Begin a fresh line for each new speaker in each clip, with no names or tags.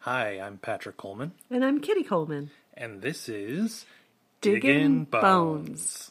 Hi, I'm Patrick Coleman,
And I'm Kitty Coleman.
and this is Diggin'
Diggin' Bones.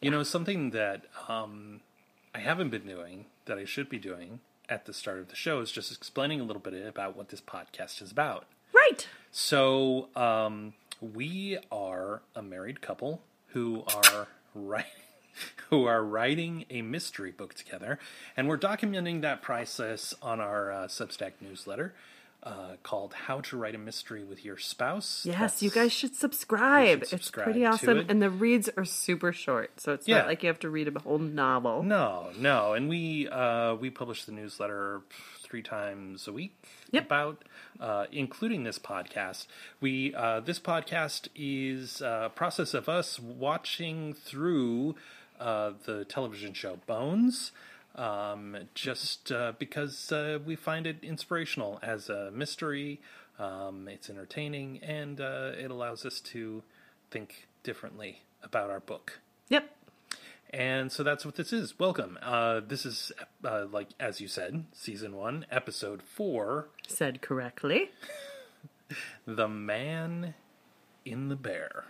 You know, something that um, I haven't been doing that I should be doing at the start of the show is just explaining a little bit about what this podcast is about.
Right.
So, um, we are a married couple who are writing who are writing a mystery book together, and we're documenting that process on our uh, Substack newsletter uh, called "How to Write a Mystery with Your Spouse."
Yes,
That's-
you guys should subscribe. it's
subscribe
pretty
to
awesome.
it.
And the reads are super short, so it's
Yeah.
not like you have to read a whole novel.
No, no, and we uh, we publish the newsletter three times a week.
Yep.
About uh, including this podcast, we uh, this podcast is uh, a process of us watching through uh, the television show Bones, um, just uh, because uh, we find it inspirational as a mystery. Um, it's entertaining, and uh, it allows us to think differently about our book.
Yep.
And so that's what this is. Welcome. Uh, this is, uh, like, as you said, season one, episode four
Said correctly.
The Man in the Bear.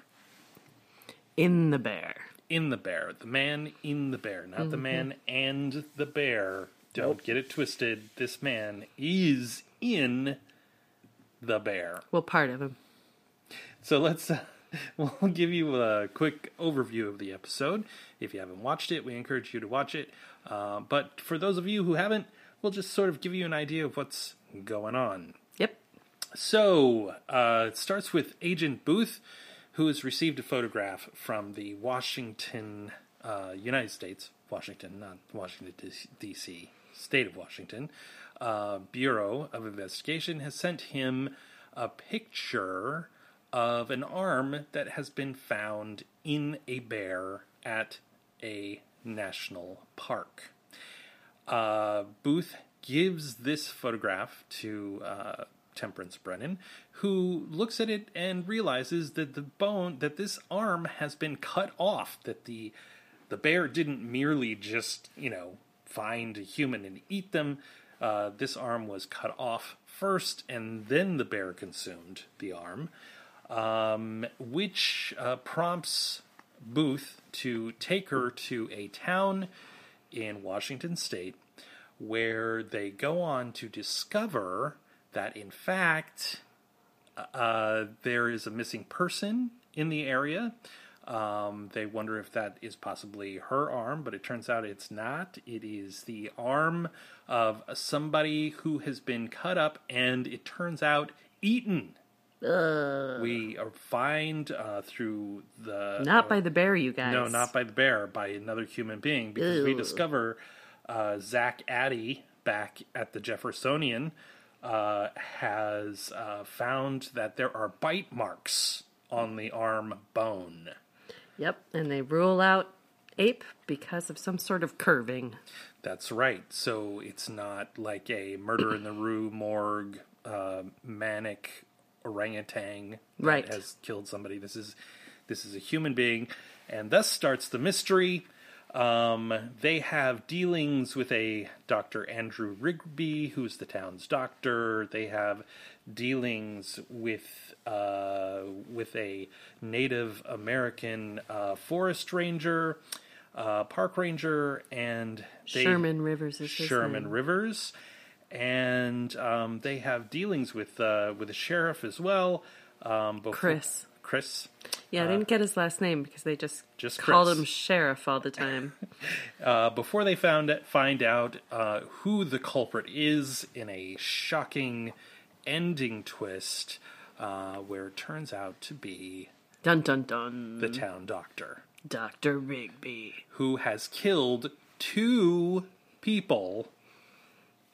In the bear.
In the Bear. The Man in the Bear, not the Man and the Bear. Don't get it twisted. This man is in the bear.
Well, part of him.
So let's uh, we'll give you a quick overview of the episode. If you haven't watched it, we encourage you to watch it. Uh, but for those of you who haven't, we'll just sort of give you an idea of what's going on.
Yep.
So uh, it starts with Agent Booth, who has received a photograph from the Washington, uh, United States, Washington, not Washington D.C., state of Washington, uh, Bureau of Investigation has sent him a picture of an arm that has been found in a bear at a national park uh, Booth gives this photograph to uh, Temperance Brennan, who looks at it and realizes that the bone that this arm has been cut off. That the the bear didn't merely just you know find a human and eat them. Uh, this arm was cut off first, and then the bear consumed the arm, um, which uh, prompts Booth to take her to a town in Washington state where they go on to discover that, in fact, uh, there is a missing person in the area. Um, they wonder if that is possibly her arm, but it turns out it's not. It is the arm of somebody who has been cut up and it turns out eaten. We are find uh, through the
Not by the bear, you guys.
no, not by the bear, by another human being, because we
Ew.
discover uh, Zach Addy back at the Jeffersonian uh, has uh, found that there are bite marks on the arm bone.
Yep. And they rule out ape because of some sort of curving.
That's right. So it's not like a murder in the rue morgue, uh, manic orangutan that
Right.
has killed somebody. This is this is a human being, and thus starts the mystery. Um, they have dealings with a Dr. Andrew Rigby, who's the town's doctor. They have dealings with uh, with a Native American uh, forest ranger, uh, park ranger, and they,
Sherman Rivers is his
Sherman
name.
Rivers, and um, they have dealings with uh, with the sheriff as well. Um, before-
Chris.
Chris.
Yeah, I didn't get his last name because they just,
uh, Just
called
Chris.
him sheriff all the time.
Uh, before they found find out uh, who the culprit is in a shocking ending twist, uh, where it turns out to be
dun dun dun.
the town doctor
Dr. Rigby.
who has killed two people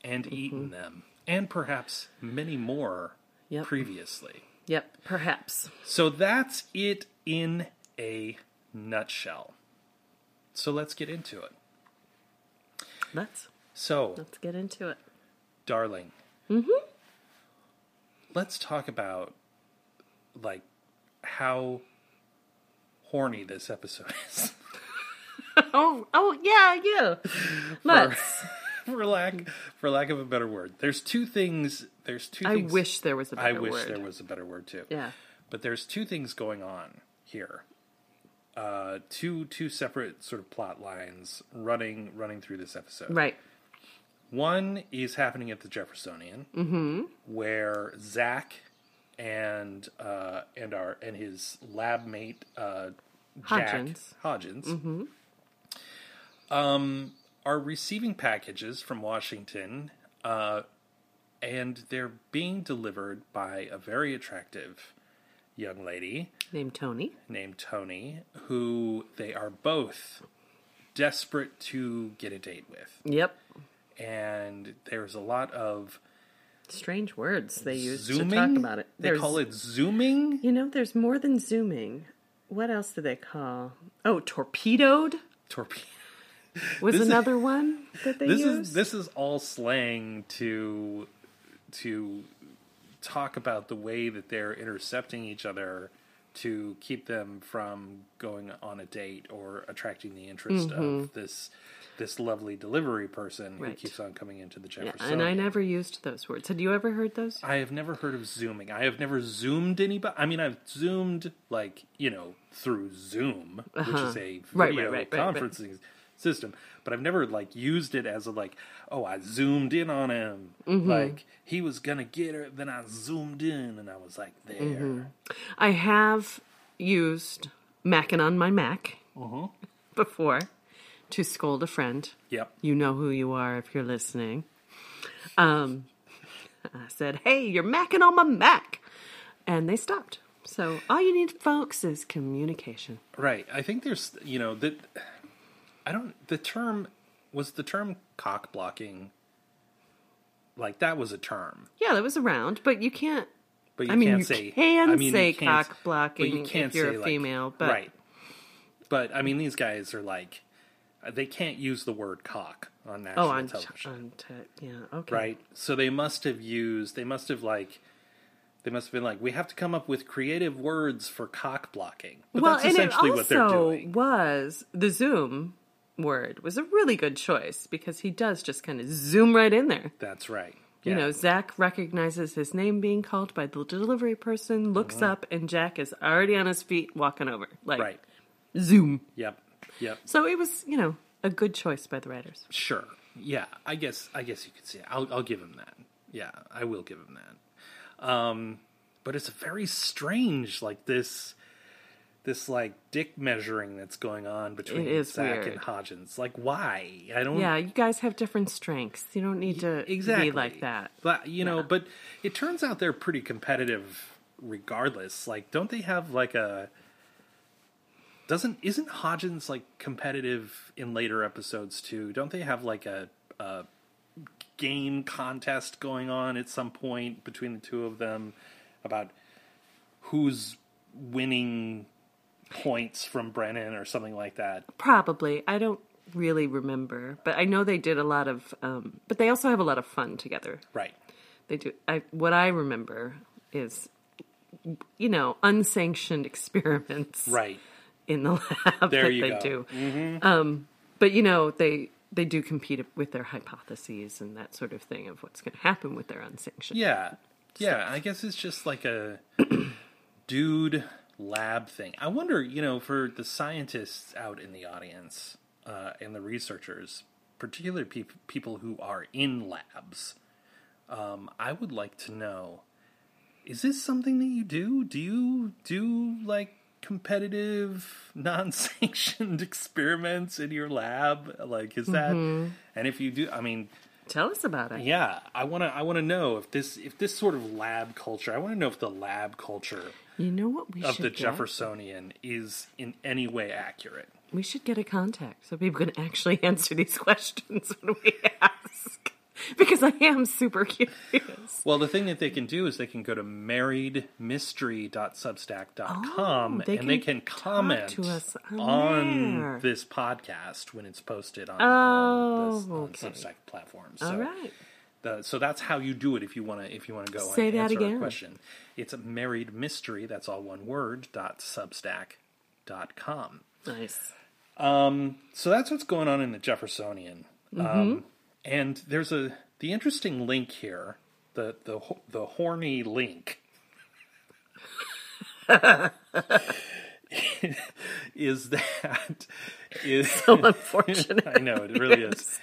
and
Mm-hmm.
eaten them, and perhaps many more
Yep.
previously.
Yep, perhaps.
So that's it in a nutshell. So let's get into it.
Let's
So,
let's get into it.
darling,
Mm-hmm.
let's talk about like how horny this episode is.
Oh, oh yeah, you. Let's.
for lack for lack of a better word. There's two things. There's two.
I
things,
wish there was a better
I wish
word.
there was a better word too.
Yeah.
But there's two things going on here. Uh, two two separate sort of plot lines running running through this episode.
Right.
One is happening at the Jeffersonian, where Zach and uh, and our and his lab mate uh, Jack
Hodgins.
Hodgins um, are receiving packages from Washington, uh, and they're being delivered by a very attractive young lady
Named Tony.
named Tony, who they are both desperate to get a date with
Yep.
and there's a lot of
Strange words they use
zooming.
to talk about it.
They
There's-
call it zooming.
You know, there's more than zooming. What else do they call? Oh, torpedoed
Torpedo.
was
This is-
another one that they
This
used.
is this is all slang to to talk about the way that they're intercepting each other to keep them from going on a date or attracting the interest of this this lovely delivery person who
Mm-hmm. Right.
keeps on coming into the
yeah,
Jefferson.
and I never used those words. Had you ever heard those?
I have never heard of zooming. I have never zoomed anybody. I mean, I've zoomed like you know through Zoom, which is a video
Uh-huh. Right, right, right, right, right.
conferencing system, but I've never like used it as a like, oh, I zoomed in on him.
Mm-hmm.
Like he was gonna get her, then I zoomed in and I was like there.
Mm-hmm. I have used Mackin' on my Mac
Uh-huh.
before to scold a friend.
Yep.
You know who you are if you're listening. Um, I said, "Hey, you're macking on my Mac," and they stopped. So all you need, folks, is communication.
Right. I think there's you know that I don't the term was the term cock blocking. Like that was a term.
Yeah, that was around, but you can't.
But you
I mean,
can't
you
say
can
I mean,
say
you can't-
cock blocking
but you
if
can't
you're
say,
a
like-
female, but-
right. But I mean, these guys are like uh, they can't use the word cock on national
Oh, on,
television,
on te- yeah, okay,
right? So they must have used they must have like they must have been like we have to come up with creative words for cock blocking. But
well,
that's
and it
essentially
also
what they're doing.
was the Zoom word was a really good choice because he does just kind of zoom right in there.
That's right.
You
Yeah.
know, Zach recognizes his name being called by the delivery person, looks up, and Jack is already on his feet walking over. Like,
Uh-huh. right?
zoom.
Yep. Yep.
So it was, you know, a good choice by the writers.
Sure. Yeah, I guess I guess you could say I'll I'll give him that. Yeah, I will give him that. Um but it's very strange like this this like dick measuring that's going on between
It is
Zach
weird.
and Hodgins. Like why? I don't
Yeah, you guys have different strengths. You don't need to
exactly
be like that.
But, you know, but it turns out they're pretty competitive regardless. Like don't they have like a doesn't isn't Hodgins like competitive in later episodes too? Don't they have like a a game contest going on at some point between the two of them about who's winning points from Brennan or something like that?
Probably. I don't really remember, but I know they did a lot of, um, but they also have a lot of fun together.
Right.
They do. I, what I remember is, you know, unsanctioned experiments.
Right.
in the lab
There
that
you
they
go. Mm-hmm.
do. Um, but you know they they do compete with their hypotheses and that sort of thing of what's going to happen with their unsanctioned.
Yeah. Yeah, I guess it's just like a dude lab thing. I wonder, you know, for the scientists out in the audience uh, and the researchers, particularly peop people who are in labs, um, I would like to know is this something that you do? Do you do like competitive, non sanctioned experiments in your lab? Like, is that. And if you do, I mean,
Tell us about it.
yeah, I want to. I want to know if this if this sort of lab culture. I want to know if the lab culture
You know what we
of
should
the
get?
Jeffersonian is in any way accurate.
We should get a contact so people can actually answer these questions when we ask. because I am super curious.
Well, the thing that they can do is they can go to marriedmystery.substack.com
Oh, they
and they
can
can
talk
comment
to us on
on
there.
this podcast when it's posted on,
Oh,
on, the, on
okay.
Substack platforms.
All
so,
right.
the- so that's how you do it if you want to if you want to go
Say
and
that
answer our
again.
question. It's married mystery. That's all one word. Dot substack. Dot com.
Nice.
So that's what's going on in the Jeffersonian.
Mm-hmm.
Um, and there's a the interesting link here, the the ho- the horny link. is that is
Unfortunate.
I know it really is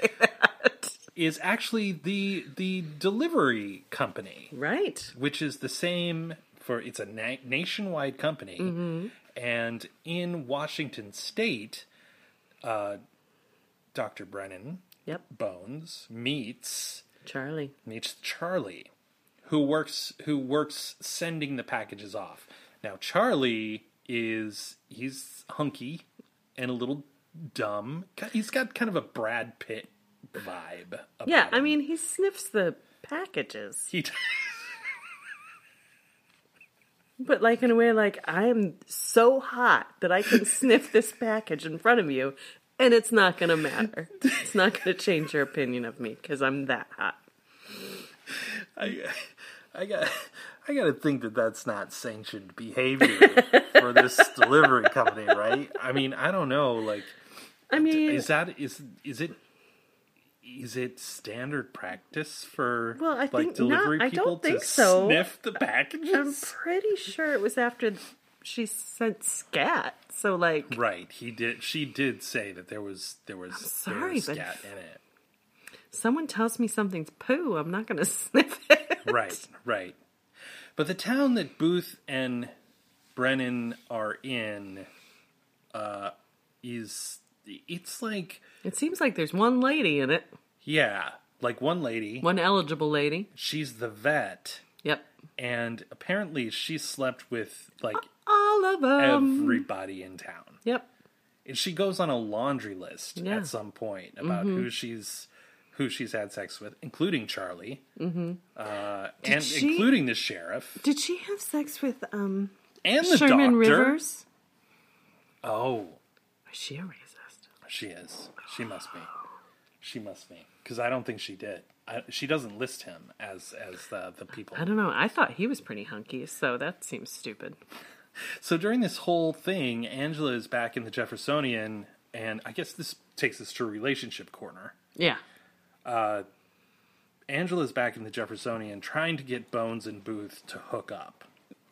is actually the the delivery company
right.
which is the same for it's a na- nationwide company and in washington state uh, dr brennan
Yep.
bones meets
Charlie.
meets charlie who works who works sending the packages off now charlie is he's hunky and a little dumb he's got kind of a brad pitt vibe about
Yeah, I
him.
mean, he sniffs the packages,
he does
but like in a way, like I am so hot that I can sniff this package in front of you, and it's not going to matter. It's not going to change your opinion of me because I'm that hot.
I, I got, I got to think that that's not sanctioned behavior for this delivery company, right? I mean, I don't know. Like,
I mean,
is that is is it is it standard practice for
Well, I
like
think
delivery
not. I
people
don't think
to
so.
sniff the
I'm
packages?
pretty sure it was after she sent scat. So like,
Right, he did. She did say that there was there was there was
sorry, but-
scat in it.
someone tells me something's poo, I'm not going to sniff it.
right, right. But the town that Booth and Brennan are in uh, is it's like
It seems like there's one lady in it,
yeah, like one lady,
one eligible lady.
she's the vet,
Yep.
and apparently she slept with like
All of them.
everybody in town.
Yep.
And she goes on a laundry list
Yeah. Mm-hmm.
at some point about who she's who she's had sex with, including Charlie, mm-hmm. uh, and
she-
including the sheriff
Did she have sex with um
and the
Sherman
doctor.
Rivers?
Oh.
Was she a racist?
She is. She must be. She must be. Because I don't think she did. I, she doesn't list him as as the, the people.
I don't know. I thought he was pretty hunky, so that seems stupid.
So during this whole thing, Angela is back in the Jeffersonian, and I guess this takes us to relationship corner.
Yeah.
Angela's back in the Jeffersonian trying to get Bones and Booth to hook up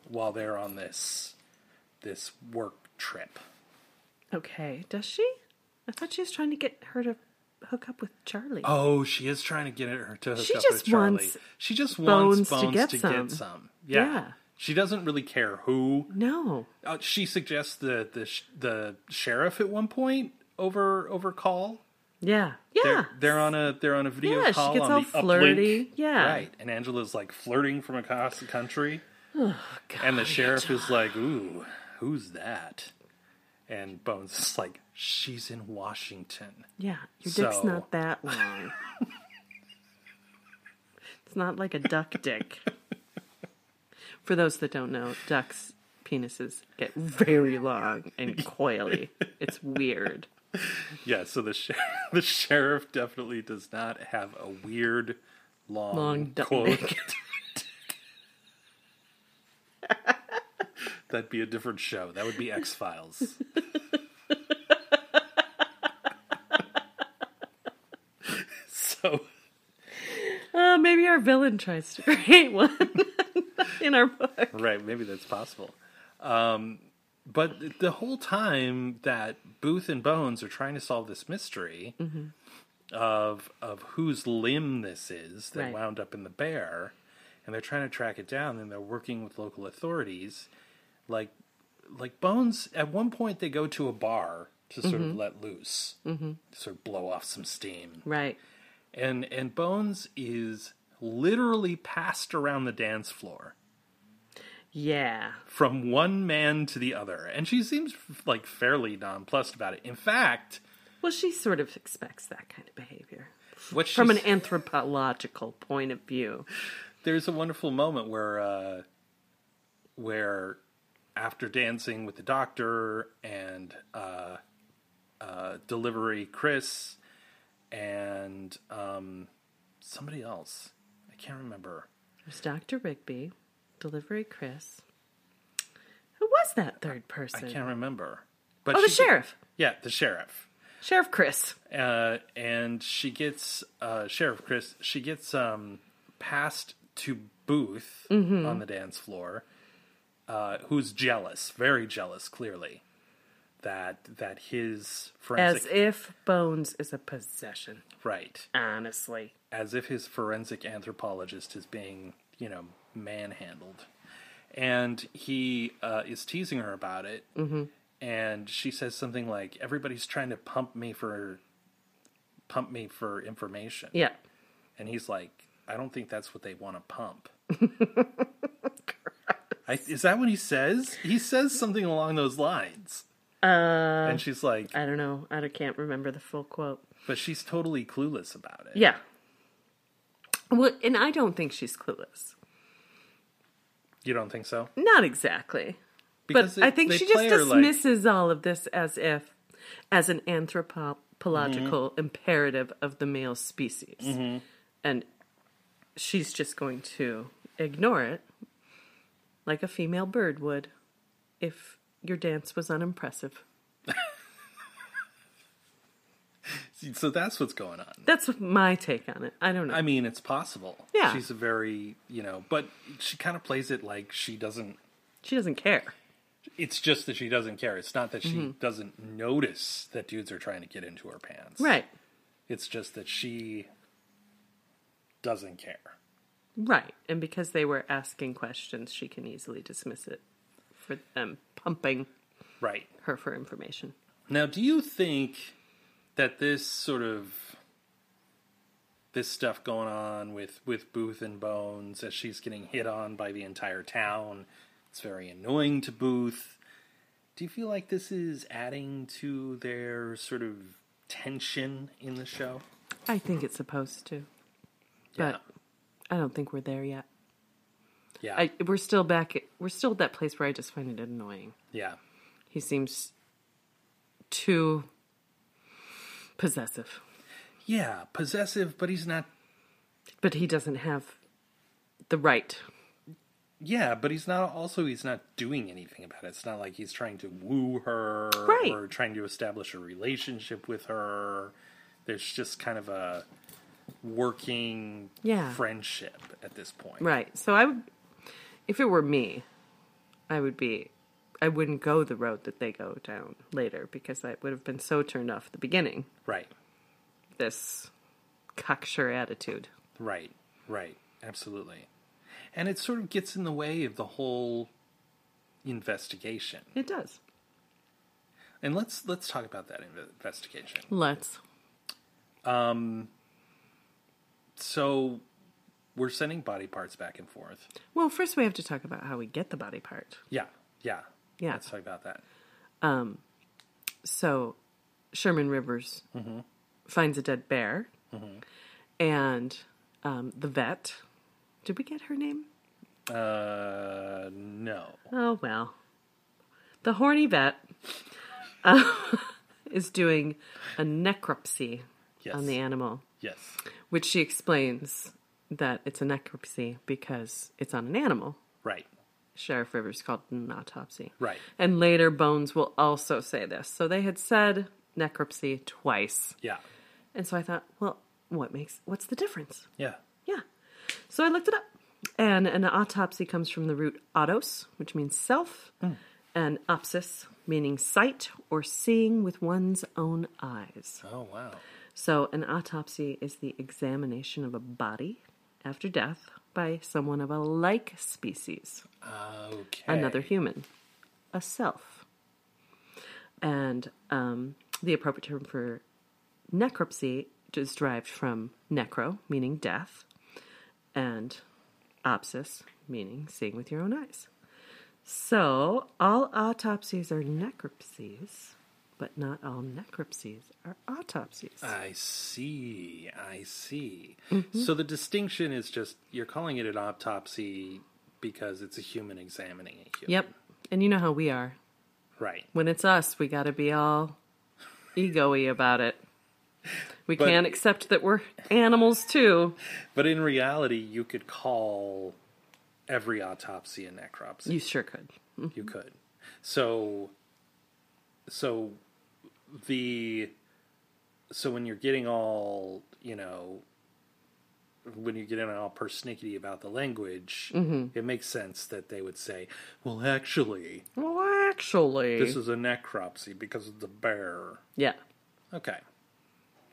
while they're on this this work trip.
Okay. Does she? I thought she was trying to get her to hook up with Charlie.
Oh, she is trying to get her to hook
She
up
just
with Charlie.
wants
she just wants
Bones to
Bones to
get
get,
some.
some. Yeah.
Yeah.
She doesn't really care who.
No.
Uh, she suggests the the sh- the sheriff at one point over over call.
Yeah. Yeah.
They're, they're on a they're on a video
Yeah, she
call
gets
on
all
the
flirty.
uplink.
Yeah.
right. And Angela's like flirting from across the country,
Oh,
and the sheriff is like, "Ooh, who's that?" And Bones is like, "She's in Washington."
Yeah, your dick's
So-
not that long. it's not like a duck dick. For those that don't know, ducks' penises get very long and coily. It's weird.
Yeah. So the sher- the sheriff definitely does not have a weird long,
Long duck
quote.
dick.
That'd be a different show. That would be X Files. so
Uh, maybe our villain tries to create one in our book.
right, maybe that's possible. Um, but the whole time that Booth and Bones are trying to solve this mystery of of whose limb this is that
Right.
wound up in the bear, and they're trying to track it down, and they're working with local authorities. Like, like Bones. At one point, they go to a bar to sort of let loose, mm-hmm. sort of blow off some steam.
Right.
and and Bones is literally passed around the dance floor
Yeah.
from one man to the other, and she seems like fairly nonplussed about it. In fact,
Well, she sort of expects that kind of behavior
What
from
she's-
an anthropological point of view.
there's a wonderful moment where uh where after dancing with the doctor and uh uh delivery chris and um somebody else i can't remember
There's Dr. Rigby, Delivery Chris. Who was that third person?
i can't remember but
oh, the
she-
sheriff.
yeah the sheriff
Sheriff Chris.
uh, and she gets uh, Sheriff Chris. She gets um, passed to Booth
Mm-hmm.
on the dance floor, uh, who's jealous, very jealous, clearly that that his
As
forensic
if Bones is a possession,
right
honestly.
as if his forensic anthropologist is being you know manhandled, and he uh, is teasing her about it.
Mm-hmm.
And she says something like, "Everybody's trying to pump me for, pump me for information."
Yeah.
And he's like, I don't think that's what they want to pump. I, is that what he says? He says something along those lines. Uh, and she's like,
I don't know. I don't- can't remember the full quote.
but she's totally clueless about it.
Yeah. Well, and I don't think she's clueless.
You don't think so?
Not exactly. But
they-
I think
they
she just
play her like-
dismisses all of this as if, as an anthropological imperative of the male species. And she's just going to ignore it like a female bird would if your dance was unimpressive.
so that's what's going on.
That's my take on it. I don't know.
I mean, it's possible.
Yeah.
She's a very, you know, but she kind of plays it like she doesn't.
she doesn't care.
It's just that she doesn't care. It's not that she
Mm-hmm.
doesn't notice that dudes are trying to get into her pants.
Right.
It's just that she doesn't care.
Right. And because they were asking questions, she can easily dismiss it for them pumping
Right.
her for information.
Now, do you think that this sort of this stuff going on with with Booth and Bones as she's getting hit on by the entire town, it's very annoying to Booth. Do you feel like this is adding to their sort of tension in the show?
I think it's supposed to. But I don't think we're there yet.
Yeah.
I, we're still back. at- We're still at that place where I just find it annoying.
yeah.
He seems too possessive,
Yeah, possessive, but he's not
but he doesn't have the right.
Yeah, but he's not. Also, he's not doing anything about it. It's not like he's trying to woo her
Right.
or trying to establish a relationship with her. There's just kind of a working
Yeah.
friendship at this point.
Right. So I would, if it were me, I would be, I wouldn't go the road that they go down later because I would have been so turned off at the beginning.
Right.
This cocksure attitude.
Right. Right. Absolutely. And it sort of gets in the way of the whole investigation.
It does.
And let's let's talk about that inve- investigation.
Let's.
So we're sending body parts back and forth.
Well, first we have to talk about how we get the body part.
Yeah. Yeah.
Yeah.
Let's talk about that.
So Sherman Rivers finds a dead bear, and um, the vet. Did we get her name?
Uh, no.
Oh well, the horny vet uh, is doing a necropsy
Yes.
on the animal,
Yes.
which she explains that it's a necropsy because it's on an animal.
Right.
Sheriff Rivers called it an autopsy.
Right.
And later, Bones will also say this. So they had said necropsy twice.
Yeah.
And so I thought, well, what makes, what's the difference?
Yeah.
Yeah. So I looked it up. And an autopsy comes from the root autos, which means self, and opsis, meaning sight or seeing with one's own eyes.
Oh wow.
So an autopsy is the examination of a body after death by someone of a like species
Okay.
another human, a self. And um, the appropriate term for necropsy is derived from necro, meaning death, and opsis, meaning seeing with your own eyes. So all autopsies are necropsies But not all necropsies are autopsies.
I see. I see.
Mm-hmm.
So the distinction is just you're calling it an autopsy because it's a human examining a human.
yep. And you know how we are.
Right.
When it's us, we got to be all egoy about it. We
But-
can't accept that we're animals too.
But in reality, you could call every autopsy a necropsy.
You sure could.
You could. So, so the so when you're getting all you know when you're getting all persnickety about the language, it makes sense that they would say, "Well, actually,
Well, actually,
this is a necropsy because of the bear."
yeah,
Okay.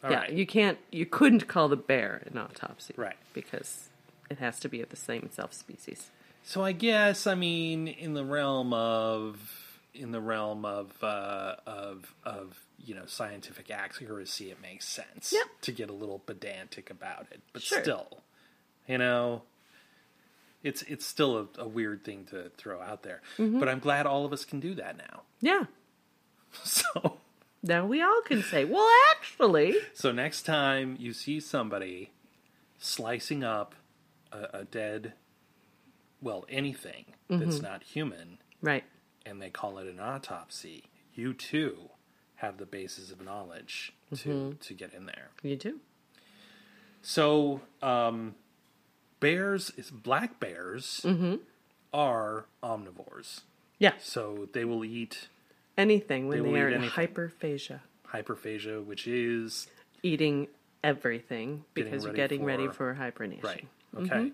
all right,
yeah. You can't. You couldn't call the bear an autopsy,
Right.
Because it has to be of the same self species.
So I guess I mean in the realm of in the realm of uh, of of you know scientific accuracy, it makes sense
Yep.
to get a little pedantic about it, but
Sure.
still, you know, it's it's still a, a weird thing to throw out there.
Mm-hmm.
But I'm glad all of us can do that now.
Yeah.
So
Now we all can say, well, actually,
so next time you see somebody slicing up a, a dead, well anything
Mm-hmm.
that's not human.
right?
and they call it an autopsy, you too have the basis of knowledge to to get in there.
You do.
So um, bears, black bears, are omnivores.
Yeah.
So they will eat
Anything
They
when
will
they, are
eat
in
anything.
hyperphagia,
hyperphagia, which is
eating everything
ready
because you're getting ready
for-
for hibernation.
right. Okay.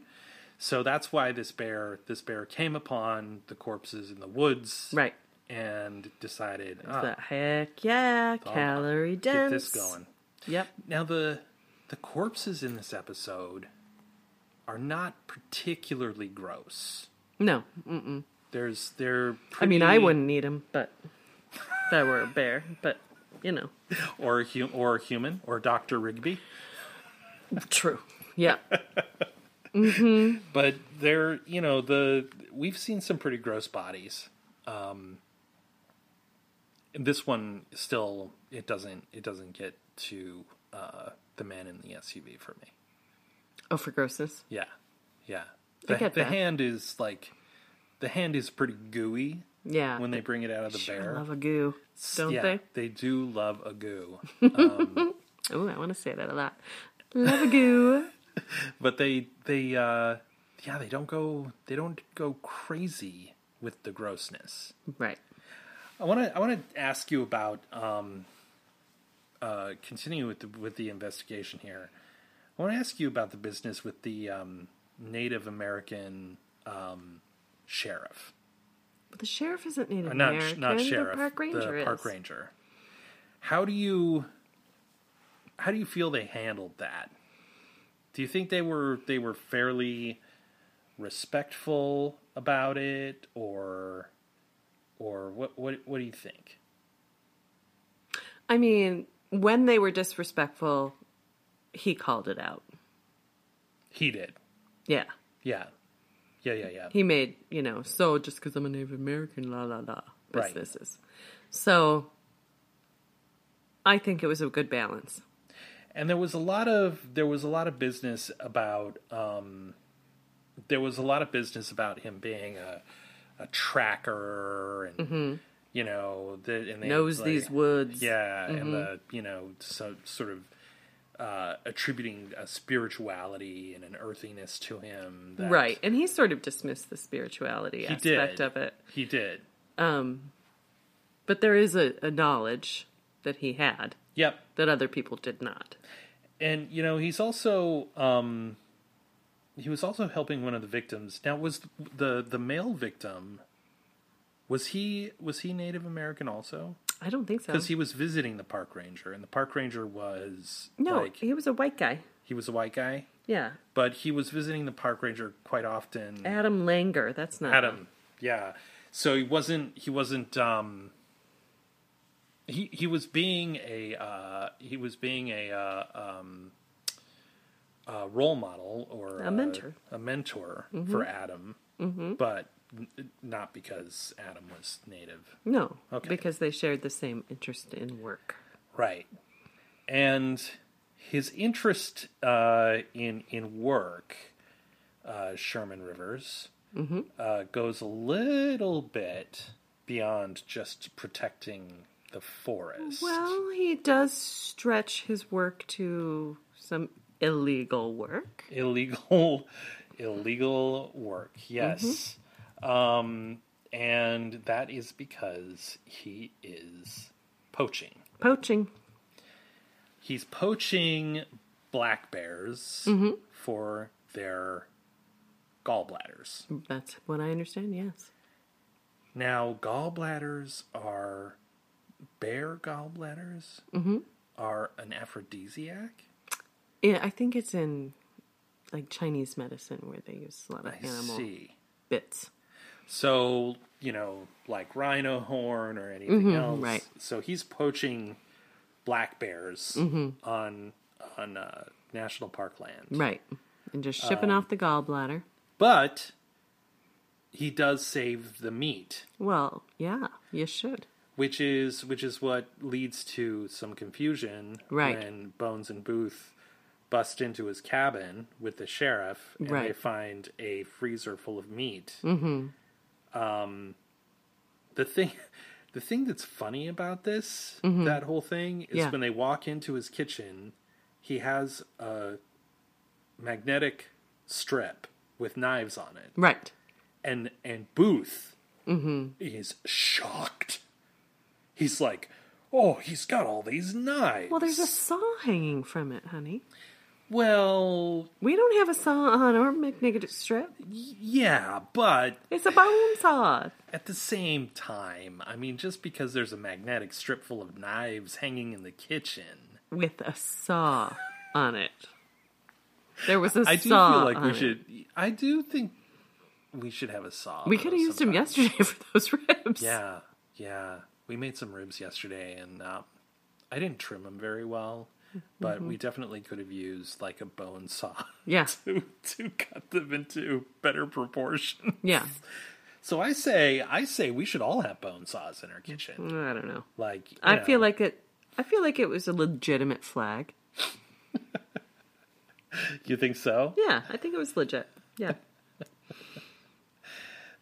So that's why this bear this bear came upon the corpses in the woods
Right.
and decided,
So
ah,
heck yeah, calorie
oh, get
dense.
this going.
Yep.
Now the the corpses in this episode are not particularly gross.
No,
There's they're
I mean I
pretty-
wouldn't need them, but if I were a bear, but you know,
or a hu- or a human or Dr. Rigby,
true. Yeah,
but they're you know the we've seen some pretty gross bodies. Um this one still it doesn't it doesn't get to uh the man in the SUV for me.
oh for grossness.
Yeah. Yeah.
I
The,
get
the
that.
hand is like the hand is pretty gooey
Yeah,
when they bring it out of the
sure
bear.
love a goo, don't
yeah,
they?
do love a goo,
Oh, I want to say that a lot. Love a goo.
but they they uh yeah they don't go they don't go crazy with the grossness.
right.
I want to I want to ask you about um uh continuing with the with the investigation here. I want to ask you about the business with the um Native American um sheriff.
But the sheriff isn't Native
Uh, not
American.
not sheriff.
The park ranger
the
is.
park ranger. How do you how do you feel they handled that? Do you think they were they were fairly respectful about it, or or what what what do you think?
I mean, when they were disrespectful, he called it out.
He did,
Yeah.
yeah, yeah, yeah, yeah.
he made you know so just because i'm a native american la la la
Right.
businesses so i think it was a good balance
and there was a lot of there was a lot of business about um there was a lot of business about him being a a tracker and you know the and they,
Mm-hmm. knows
like-
these woods Mm-hmm.
yeah and the you know so sort of uh attributing a spirituality and an earthiness to him that
right and he sort of dismissed the
he
spirituality aspect
did
of it
he did
but there is a, a knowledge that he had
yep
that other people did not
and you know he's also um he was also helping one of the victims now was the the male victim was he was he native american also
i don't think so
because he was visiting the park ranger and the park ranger was
no
like
he was a white guy
he was a white guy
yeah
but he was visiting the park ranger quite often
adam langer that's not
adam yeah so he wasn't he wasn't um he he was being a uh he was being a uh um a role model or
A mentor. Mm-hmm.
a mentor for adam but n- not because Adam was native.
No,
Okay.
because they shared the same interest in work.
Right. And his interest uh, in in work, uh, Sherman Rivers,
Mm-hmm.
uh, goes a little bit beyond just protecting the forest.
Well, he does stretch his work to some illegal work.
illegal illegal work. Yes.
Mm-hmm.
Um, and that is because he is poaching.
Poaching.
he's poaching black bears
Mm-hmm.
for their gallbladders.
That's what I understand, yes.
Now, gallbladders are bear gallbladders
Mm-hmm.
are an aphrodisiac.
Yeah, I think it's in like Chinese medicine where they use a lot of
I
animal
see.
bits.
So you know, like rhino horn or anything else.
Mm-hmm, right.
So he's poaching black bears on on uh, national park land.
Mm-hmm. Right. And just shipping
Um,
off the gallbladder.
But he does save the meat.
Well, yeah, you should.
which is which is what leads to some confusion
Right.
when Bones and Booth bust into his cabin with the sheriff and they
Right.
find a freezer full of meat. Mm-hmm. Um, the thing, the thing that's funny about this that whole thing is
Mm-hmm. Yeah.
when they walk into his kitchen, he has a magnetic strip with knives on it
Right.
and and Booth
Mm-hmm.
is shocked. He's like, "Oh, he's got all these knives."
Well, there's a saw hanging from it, honey.
well,
We don't have a saw on our magnetic strip.
yeah, but
It's a bone saw.
at the same time, I mean, just because there's a magnetic strip full of knives hanging in the kitchen,
with a saw on it. There was a
I do
saw.
feel like
on
we
it.
should. I do think we should have a saw.
We could have used
sometime.
him yesterday for those ribs.
Yeah, yeah. We made some ribs yesterday, and uh, I didn't trim them very well, but
Mm-hmm.
we definitely could have used like a bone saw
Yeah.
to to cut them into better proportion.
Yeah.
So I say, I say we should all have bone saws in our kitchen.
I don't know.
Like you
I
know,
feel like it. I feel like it was a legitimate flag.
you think so.
Yeah, I think it was legit. Yeah.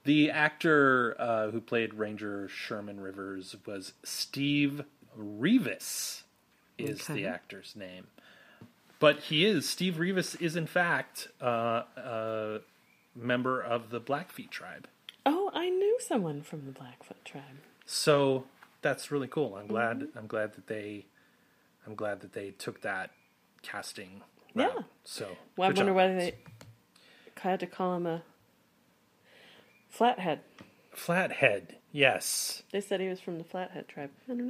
The actor uh, who played Ranger Sherman Rivers was Steve Revis, is
Okay.
the actor's name. But he is Steve Revis is in fact uh, a member of the Blackfeet tribe.
Oh, I knew someone from the Blackfoot tribe.
So that's really cool. I'm glad.
Mm-hmm.
I'm glad that they. I'm glad that they took that casting. route.
Yeah.
So
Well, I
good
wonder
job,
whether
guys.
they had to call him a flathead.
Flathead. Yes.
They said he was from the flathead tribe. I don't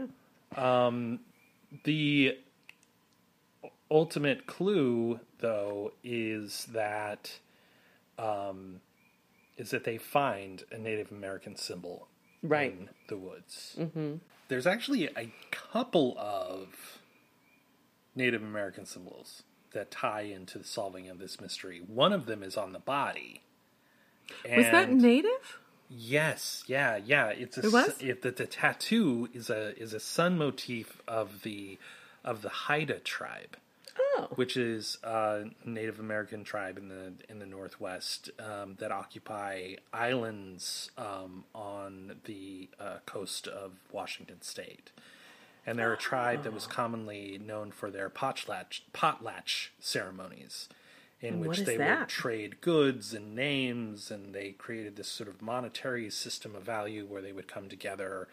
know.
The ultimate clue, though, is that um, is that they find a Native American symbol
Right.
in the woods. Mm-hmm. There's actually a couple of Native American symbols that tie into the solving of this mystery. One of them is on the body.
Was that
And-
native?
Yes, yeah, yeah. It's a
It was?
s- it- the, the tattoo is a is a sun motif of the of the Haida tribe,
Oh.
which is a Native American tribe in the in the Northwest um, that occupy islands um, on the uh, coast of Washington State, and they're a tribe that was commonly known for their potlatch potlatch ceremonies. In
What
which
is
they would
that?
trade goods and names, and they created this sort of monetary system of value where they would come together,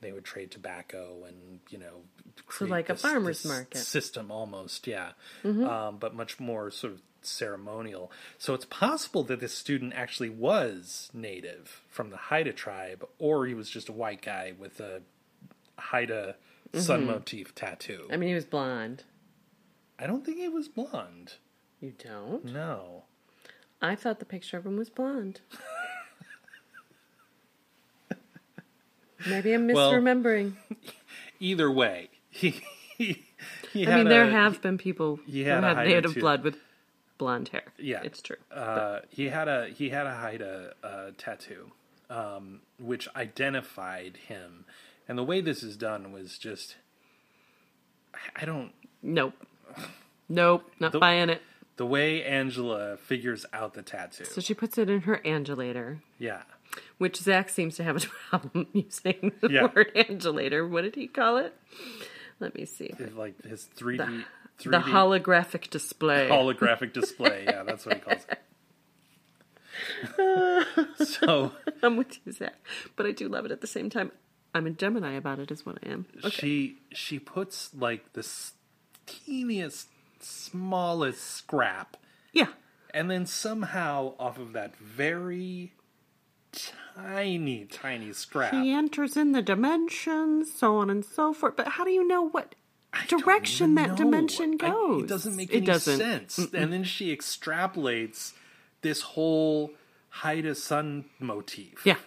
they would trade tobacco, and you know, create
like a
this-
farmer's
this
market. Mm-hmm.
system almost, yeah, um, but much more sort of ceremonial. So it's possible that this student actually was native from the Haida tribe, or he was just a white guy with a Haida
Mm-hmm.
sun motif tattoo.
I mean, he was blonde.
I don't think he was blonde.
You don't?
No.
I thought the picture of him was blonde. Maybe I'm
Well,
misremembering.
Either way, he. he, he
I
had
mean, there
a-
have been people who
had a
have
hiding
native
too.
blood with blonde hair.
Yeah.
it's true.
Uh, he had a he had a Haida uh, tattoo, um, which identified him. And the way this is done was just, I- I don't,
Nope. Nope. Not
The-
buying it.
the way Angela figures out the tattoo.
So she puts it in her angulator,
yeah.
which Zach seems to have a problem using the
Yeah.
word angulator. What did he call it? Let me see.
It's Like his 3D,
The
3D
holographic display.
holographic display. Yeah, that's what he calls it. so
I'm with you, Zach. But I do love it at the same time. I'm a Gemini about it, is what I am.
she she puts like the s- teeniest, smallest scrap
Yeah.
And then somehow, off of that very tiny, tiny scrap,
He enters in the dimensions, so on and so forth. But how do you know what direction that
No,
dimension
I-
goes?
it doesn't make any sense. And then she extrapolates this whole hide a sun motif,
Yeah.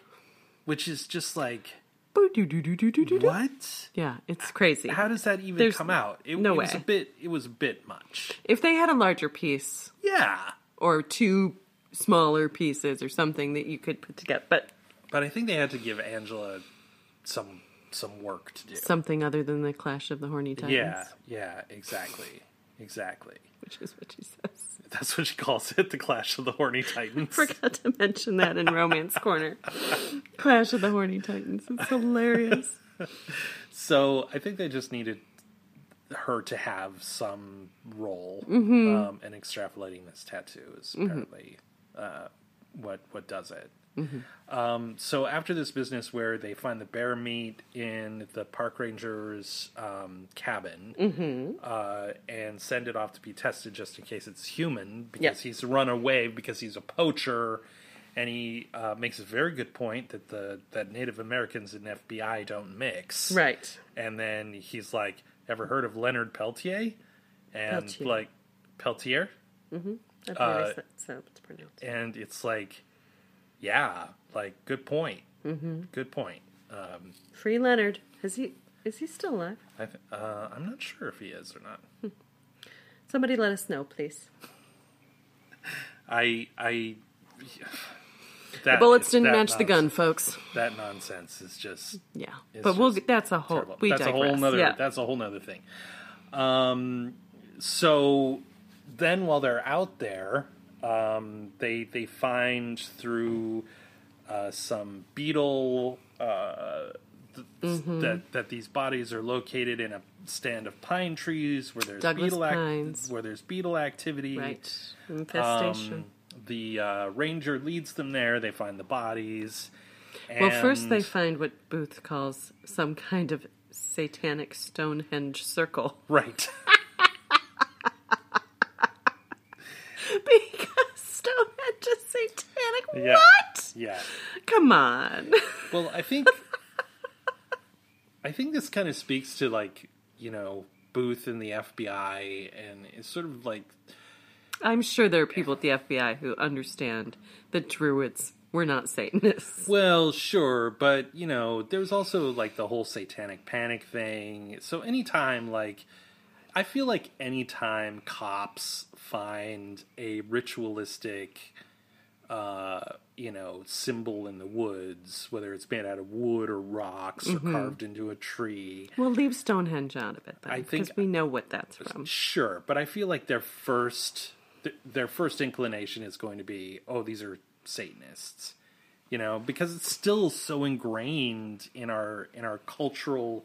which is just like
Boo-doo-doo-doo-doo-doo-doo.
what?
Yeah, it's crazy.
How does that even
There's
come out? It,
no
it was a
way.
bit. It was a bit much.
if they had a larger piece
Yeah,
or two smaller pieces or something that you could put together, but
but I think they had to give Angela some some work to do.
something other than the clash of the horny titans,
Yeah, yeah, exactly, exactly.
which is what she says.
That's what she calls it, the Clash of the Horny Titans.
Forgot to mention that in Romance Corner. Clash of the Horny Titans. It's hilarious.
so I think they just needed her to have some role,
Mm-hmm.
um, and extrapolating this tattoo is apparently uh, what what does it.
Mm-hmm.
Um, so after this business where they find the bear meat in the park ranger's um, cabin
Mm-hmm.
uh, and send it off to be tested just in case it's human because
Yeah.
he's run away because he's a poacher and he uh, makes a very good point that the that Native Americans and FBI don't mix
Right.
and then he's like, "Ever heard of Leonard Peltier?" And
Peltier.
like Peltier,
I've
Uh,
noticed that. So it's pronounced.
and it's like, yeah, like good point, mm-hmm. good point. Um,
Free Leonard. Has he? Is he still alive?
I th- uh, I'm not sure if he is or not.
Somebody let us know, please.
I I that,
Bullets didn't
that
match the gun,
nonsense-
folks.
That nonsense is just
Yeah,
It's
but we'll.
just
That's a whole.
terrible.
We
that's
digress.
a whole nother
yeah.
that's a whole nother thing. Um, so then while they're out there, um, they they find through uh, some beetle uh, th-
Mm-hmm.
that that these bodies are located in a stand of pine trees where there's
Douglas
beetle act-
pines.
where there's beetle activity.
right
Um,
infestation.
the uh, ranger leads them there. They find the bodies.
well, first they
and-
find what Booth calls some kind of satanic Stonehenge circle
right.
because Stonehenge is satanic.
Yeah.
What?
yeah.
Come on.
Well, I think I think this kind of speaks to like you know Booth and the FBI, and it's sort of like
I'm sure there are people at the FBI who understand that Druids were not Satanists.
well, sure, but you know there's also like the whole satanic panic thing. So anytime like I feel like anytime cops find a ritualistic uh, you know, symbol in the woods, whether it's made out of wood or rocks or carved into a tree,
We'll leave Stonehenge out of it, then,
I think-
because we know what that's from.
Sure, but I feel like their first th- their first inclination is going to be, oh, these are Satanists, you know, because it's still so ingrained in our in our cultural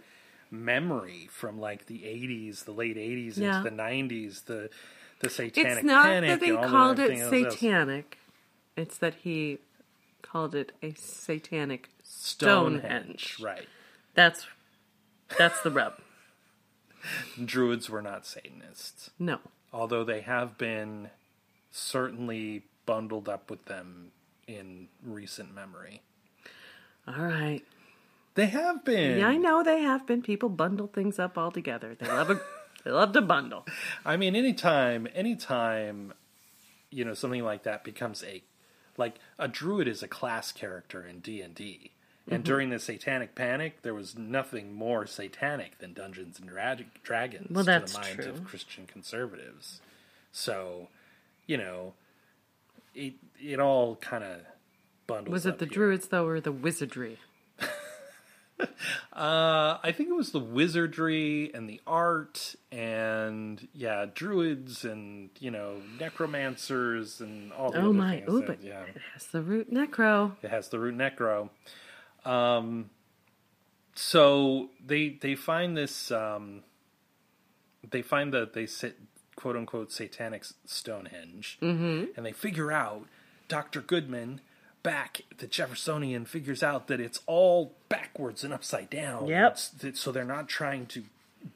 memory from like the '80s, the late '80s
Yeah.
into the '90s, the the Satanic
It's not
Panic
that they
and all that
called it
everything else.
satanic. It's that he called it a satanic
Stonehenge,
Stonehenge.
right?
That's that's the rub.
Druids were not Satanists,
No.
although they have been certainly bundled up with them in recent memory.
All right.
They have been.
Yeah, I know they have been people bundle things up all together. They love a they love to bundle.
I mean, anytime, anytime, you know, something like that becomes a, like a druid is a class character in D and D. And
Mm-hmm.
during the Satanic Panic, there was nothing more satanic than Dungeons and Drag- Dragons
Well, that's
to the mind
true.
of Christian conservatives. So, you know, it it all kind of bundles.
Was
up
it the
here.
druids though, or the wizardry?
Uh, I think it was the wizardry and the art and yeah, druids and you know necromancers and all. The
Oh
other
my!
things
Oh,
that-
but
yeah,
that's the root necro.
it has the root necro. Um, so they they find this. Um, they find that they sit quote unquote satanic s- Stonehenge,
Mm-hmm.
and they figure out Doctor Goodman back at the Jeffersonian figures out that it's all backwards and upside down.
Yep.
It's that- so they're not trying to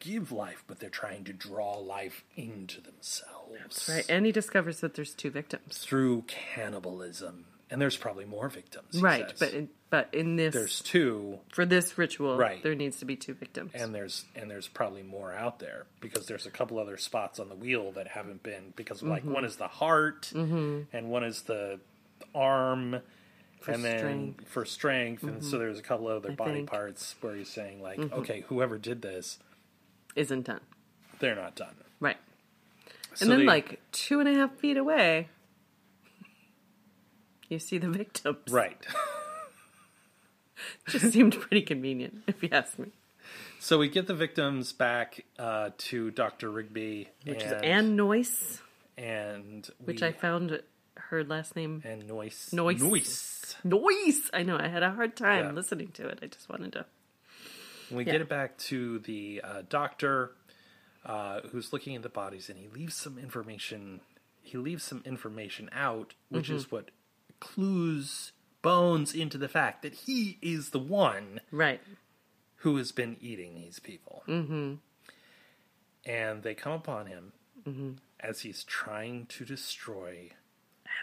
give life, but they're trying to draw life into themselves
Right, and he discovers that there's two victims.
through cannibalism. And there's probably more victims. he
Right,
says.
but in, but in this
there's two
for this ritual,
Right.
there needs to be two victims.
and there's and there's probably more out there because there's a couple other spots on the wheel that haven't been because like
Mm-hmm.
one is the heart and one is the arm and then
strength. Mm-hmm.
for strength and so there's a couple other body
think. Mm-hmm.
parts where you're saying like okay whoever did this
Isn't done.
they're not done
Right,
So
and then
they-
like two and a half feet away, you see the victims.
right
just seemed pretty convenient, if you ask me.
so we get the victims back uh, to Dr. Rigby
Which is
and
Anne Noyce,
and
which
we-
I found her last name
and noise
Noyce.
noise
Noyce. I know I had a hard time
Yeah.
listening to it. I just wanted to.
We
Yeah.
get it back to the uh, doctor uh, who's looking at the bodies, and he leaves some information. He leaves some information out, which is what clues Bones into the fact that he is the one
Right.
who has been eating these people. And they come upon him as he's trying to destroy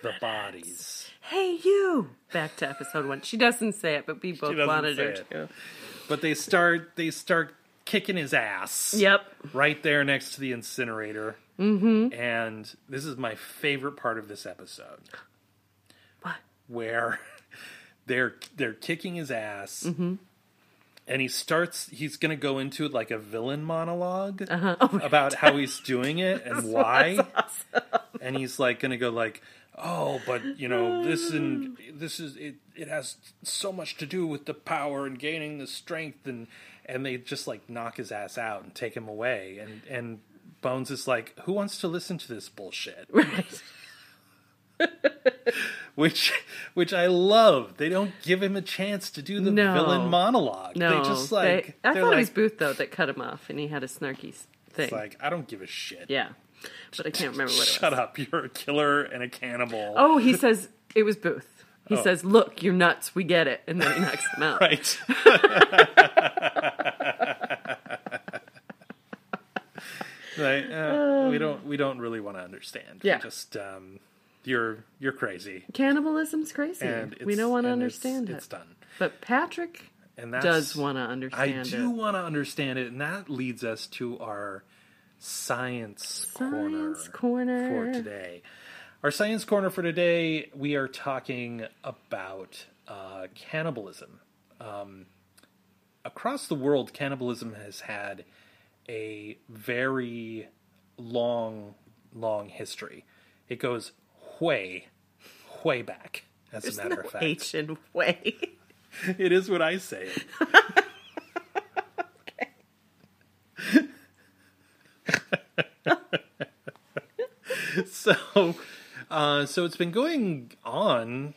the bodies.
Hey you. Back to episode one. She doesn't say it, but we both
doesn't
wanted
say
her
it.
to.
But they start they start kicking his ass.
Yep.
right there next to the incinerator. Mm-hmm. And this is my favorite part of this episode,
What?
where they're they're kicking his ass, and he starts. He's going to go into like a villain monolog
Uh-huh. Oh
about how he's doing it and why. And he's like going to go like. Oh, but you know this and this is it. It has so much to do with the power and gaining the strength, and and they just like knock his ass out and take him away. And and Bones is like, who wants to listen to this bullshit?
Right.
which which I love. They don't give him a chance to do the
No.
villain monologue.
No.
they just like
they- I
they're
thought
like,
it was Booth though that cut him off, and he had a snarky s- thing.
it's like I don't give a shit.
yeah, but I can't remember what it was.
Shut up! You're a killer and a cannibal.
Oh, he says it was Booth. He says, "Look, you're nuts. We get it," and then he knocks him out.
Oh. Right. Like, uh, we don't. We don't really want to understand. We
Um. Yeah.
just um, you're you're crazy,
Cannibalism's crazy.
and
we
it's-
don't want to
and it's-
understand
It's
it.
done.
But Patrick
And that's,
does want to
I
understand
do
it.
want to understand it, and that leads us to our science,
Science
corner,
corner.
for today. Our science corner for today, we are talking about uh, cannibalism. Um, across the world, cannibalism has had a very long, long history. It goes way, way back. As a matter of fact,
H and way.
it is what I say. so, uh, so it's been going on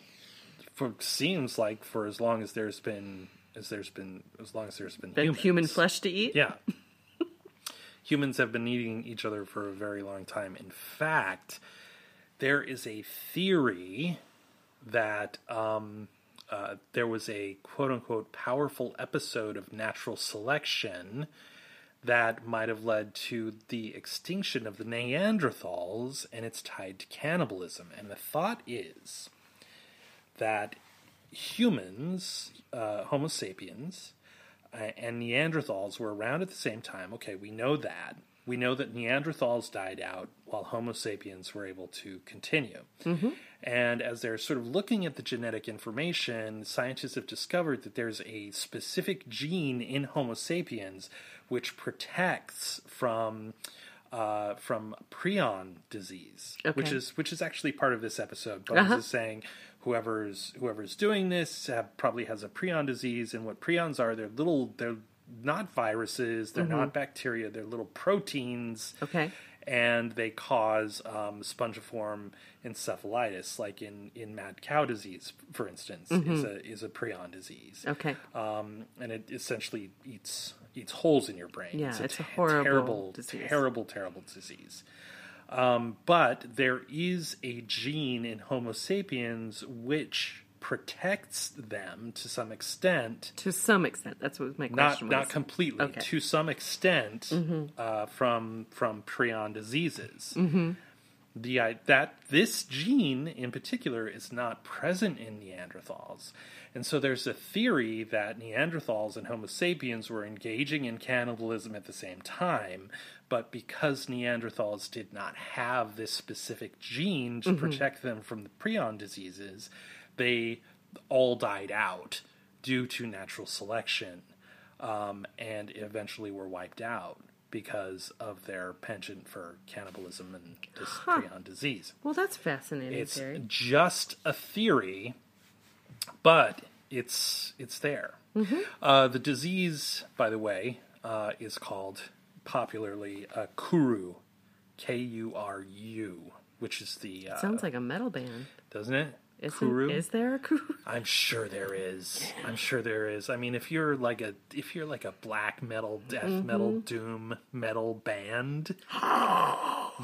for seems like for as long as there's been as there's been as long as there's been
Been
humans.
human flesh to eat.
Yeah. Humans have been eating each other for a very long time. In fact, there is a theory that um, uh, there was a quote unquote powerful episode of natural selection that might have led to the extinction of the Neanderthals, and it's tied to cannibalism. And the thought is that humans, uh, Homo sapiens, uh, and Neanderthals were around at the same time. Okay, we know that. We know that Neanderthals died out while Homo sapiens were able to continue. And as they're sort of looking at the genetic information, scientists have discovered that there's a specific gene in Homo sapiens which protects from uh, from prion disease, which
Okay.
is which is actually part of this episode. Bones is saying whoever's whoever's doing this have, probably has a prion disease, and what prions are, they're little, they're not viruses, they're not bacteria, they're little proteins
Okay.
and they cause um, spongiform encephalitis, like in, in mad cow disease, for instance, is a is a prion disease,
Okay.
um, and it essentially eats eats holes in your brain.
Yeah, it's a
te-
horrible
terrible,
disease.
terrible, terrible disease. Um, but there is a gene in Homo sapiens which protects them to some extent
To some extent, that's what my
not
question was.
not completely
Okay. Mm-hmm.
to some extent uh, from from prion diseases.
Mm-hmm.
The I that this gene in particular is not present in Neanderthals, and so there's a theory that Neanderthals and Homo sapiens were engaging in cannibalism at the same time, but because Neanderthals did not have this specific gene
Mm-hmm.
to protect them from the prion diseases, they all died out due to natural selection um, and eventually were wiped out because of their penchant for cannibalism and this prion disease.
well, that's fascinating
It's
theory.
just a theory, but it's it's there.
Mm-hmm.
Uh, the disease, by the way, uh, is called popularly uh, Kuru, K U R U, which is the uh,
Sounds like a metal band.
doesn't it?
Isn't, Is there a kuru?
I'm sure there is. I'm sure there is. I mean, if you're like a if you're like a black metal, death
Mm-hmm.
metal, doom metal band,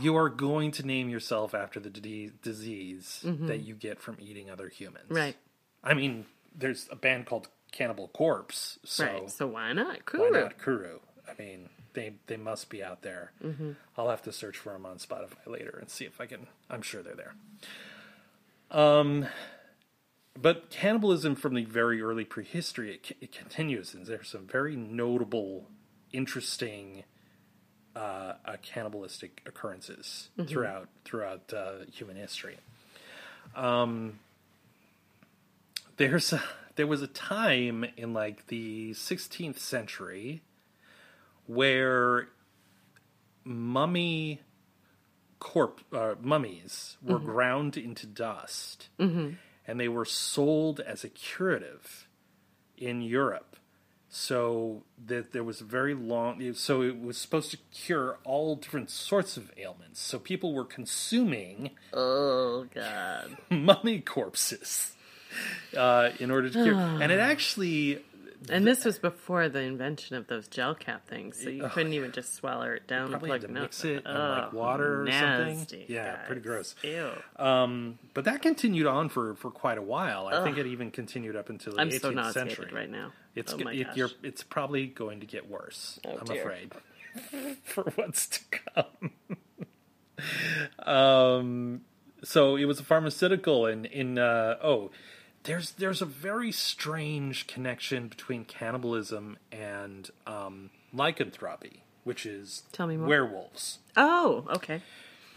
you are going to name yourself after the d- disease that you get from eating other humans.
Mm-hmm. Right.
I mean, there's a band called Cannibal Corpse, so
right. So why not
why
kuru?
not Kuru? I mean, they they must be out there. I'll have to search for them on Spotify later and see if I can. I'm sure they're there. Um, but cannibalism from the very early prehistory it, c- it continues, and there's some very notable, interesting, uh, uh, cannibalistic occurrences throughout throughout uh, human history. there's a, there was a time in like the 16th century where mummy corp uh, mummies were ground into dust and they were sold as a curative in Europe. So that there was very long so it was supposed to cure all different sorts of ailments. So people were consuming
Oh god.
mummy corpses uh, in order to cure. and it actually,
And this was before the invention of those gel cap things, so you couldn't even just swallow it down or
probably
plug
had to
up.
mix it in, like, water or
Oh, nasty,
something. Yeah,
guys.
pretty gross. Uh,
Ew.
but that continued on for, for quite a while. I think it even continued up until the
I'm
18th
so nauseated
century.
right now.
It's
oh
g-
my
it,
gosh. Oh,
you're, it's probably going to get worse. I'm
dear.
afraid for what's to come. um, so it was a pharmaceutical, and in uh, oh, there's there's a very strange connection between cannibalism and um, lycanthropy, which is
Tell me more.
werewolves.
Oh, okay.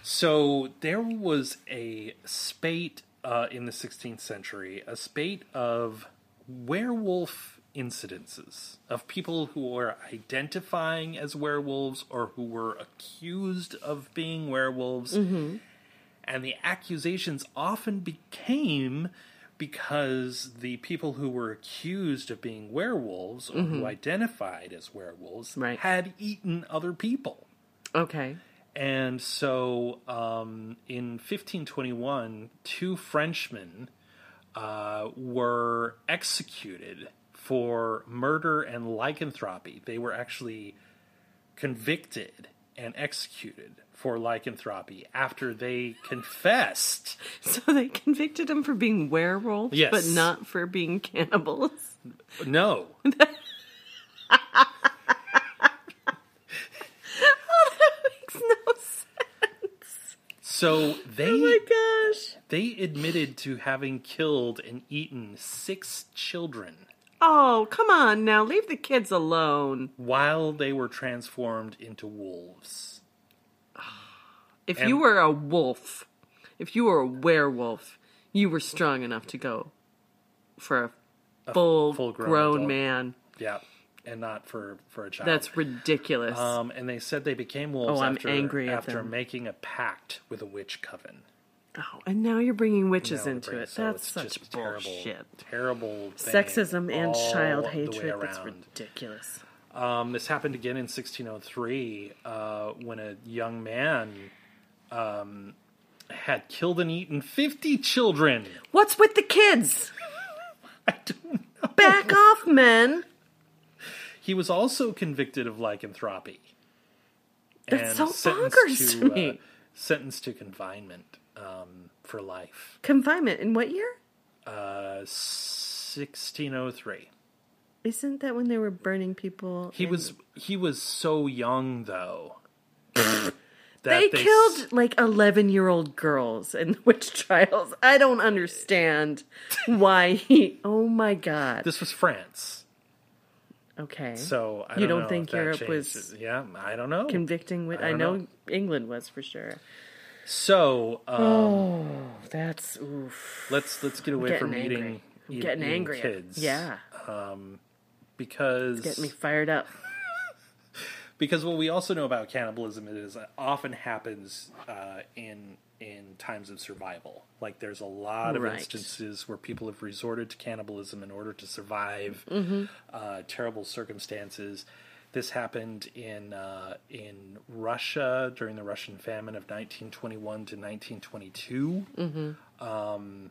So there was a spate uh, in the 16th century, a spate of werewolf incidences of people who were identifying as werewolves or who were accused of being werewolves. And the accusations often became because the people who were accused of being werewolves or who identified as werewolves
Right.
had eaten other people.
Okay.
And so um, in 1521, two Frenchmen uh, were executed for murder and lycanthropy. They were actually convicted and executed for lycanthropy after they confessed.
So they convicted him for being werewolves,
Yes.
but not for being cannibals.
No.
Makes no sense.
So they
Oh my gosh.
they admitted to having killed and eaten six children
Oh, come on now. Leave the kids alone.
while they were transformed into wolves.
If you were a wolf, if you were a werewolf, you were strong enough to go for a, full,
full-grown
grown,
adult. Oh.
man.
Yeah, and not for for a child.
That's ridiculous.
Uh, um, and they said they became wolves
Oh, I'm
after
angry at
after
them.
making a pact with a witch coven.
Oh, and now you're bringing witches
Now
into
bring-
it.
so
That's
it's
such
just
bullshit.
Terrible, terrible thing
Sexism and
all
child
the way
hatred. That's
around.
ridiculous.
Um, this happened again in 1603 uh, when a young man um, had killed and eaten 50 children.
What's with the kids?
I don't know.
Back off, men.
He was also convicted of lycanthropy.
That's so
sentenced uh,
bonkers to me.
sentenced to confinement um, for life.
Confinement in what year?
Uh, 1603.
Isn't that when they were burning people?
He
in-
was he was so young though. that
They,
s-
killed like eleven-year-old girls in witch trials. I don't understand why he. Oh my god.
This was France.
Okay.
So I
You
don't,
don't
know
think
if that
Europe
changed
was
it. Yeah, I don't know.
convicting. Wit- I,
don't
know,
know.
England was for sure.
so uh,
Oh, that's oof.
let's let's get away
Getting
from
angry.
eating,
I'm
eat-
getting
eating
angry.
kids.
Yeah,
because
getting me fired up.
because what we also know about cannibalism is it often happens uh, in in times of survival. Like there's a lot of
Right.
instances where people have resorted to cannibalism in order to survive uh, terrible circumstances. This happened in uh, in Russia during the Russian famine of 1921 to 1922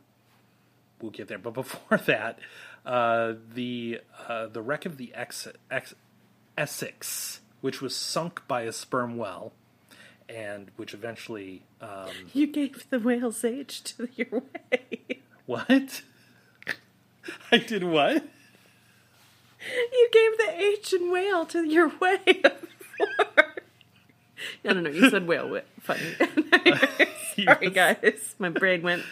we'll get there. But before that, uh, the uh, the wreck of the Ex- Ex- Essex, which was sunk by a sperm whale, and which eventually um,
You gave the whale's age to your way.
what? I did what?
You gave the H in whale to your way. I don't know. You said whale. Wit. Funny. Sorry, guys. My brain went.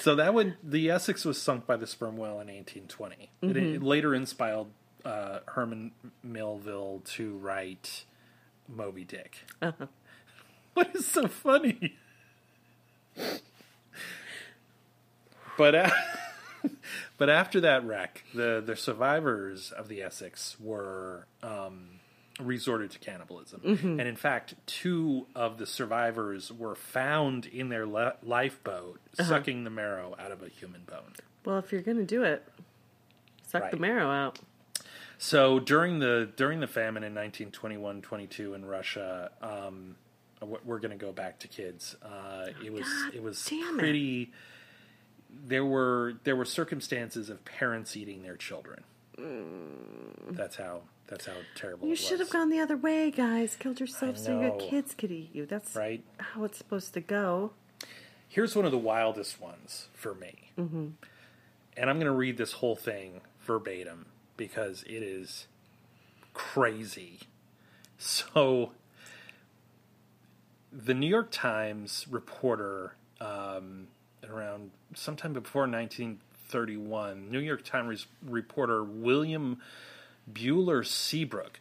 So that one, the Essex was sunk by the sperm whale in 1820. It, it later inspired uh, Herman Melville to write Moby Dick. What is so funny? but a- but after that wreck, the the survivors of the Essex were um, resorted to cannibalism,
Mm-hmm.
and in fact, two of the survivors were found in their le- lifeboat
Uh-huh.
sucking the marrow out of a human bone.
Well, if you're gonna do it, suck the
Right.
marrow out.
So during the during the famine in 1921-22 in Russia, um, w- we're going to go back to kids. Uh, it was it was
damn it.
pretty. There were there were circumstances of parents eating their children. That's how that's how terrible
Mm. You
it was.
should have gone the other way, guys. Killed yourself so your
know.
kids could eat you. That's
right.
how it's supposed to go.
Here's one of the wildest ones for me, and I'm going to read this whole thing verbatim because it is crazy. So, the New York Times reporter, um, around sometime before 1931, New York Times reporter William Bueller Seabrook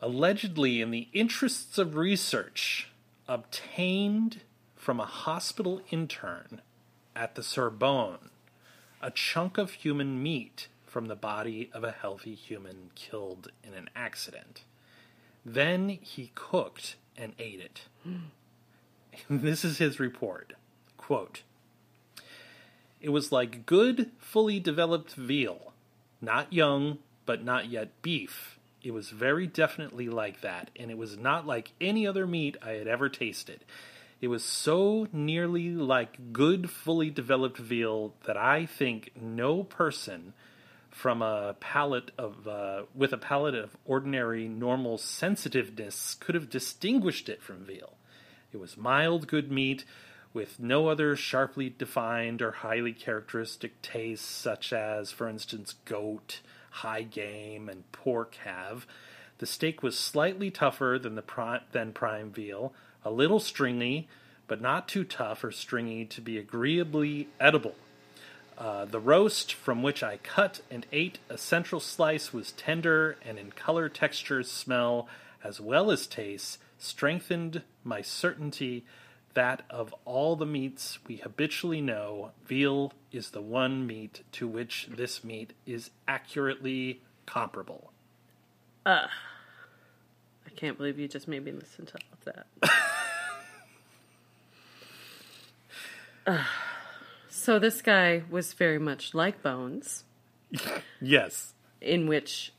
allegedly, in the interests of research, obtained from a hospital intern at the Sorbonne a chunk of human meat from the body of a healthy human killed in an accident. Then he cooked and ate it. this is his report. Quote It was like good, fully developed veal. Not young, but not yet beef. It was very definitely like that, and it was not like any other meat I had ever tasted. It was so nearly like good, fully developed veal that I think no person from a palate of uh, with a palate of ordinary normal sensitiveness could have distinguished it from veal. It was mild, good meat with no other sharply defined or highly characteristic tastes, such as, for instance, goat, high game, and pork have. The steak was slightly tougher than the prime, than prime veal, a little stringy, but not too tough or stringy to be agreeably edible. Uh, the roast, from which I cut and ate a central slice, was tender and in color, texture, smell, as well as taste, strengthened my certainty that of all the meats we habitually know, veal is the one meat to which this meat is accurately comparable.
I can't believe you just made me listen to all of that. So this guy was very much like Bones,
Yes.
in which,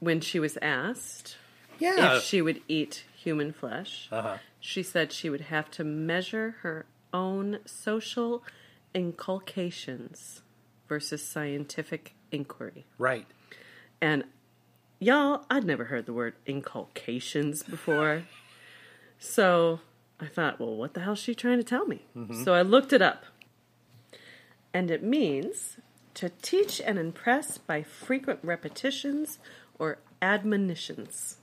when she was asked
Yeah.
if she would eat human flesh,
Uh-huh.
she said she would have to measure her own social inculcations versus scientific inquiry.
Right.
And y'all, I'd never heard the word inculcations before. so I thought, well, what the hell is she trying to tell me? So I looked it up. And it means to teach and impress by frequent repetitions or admonitions.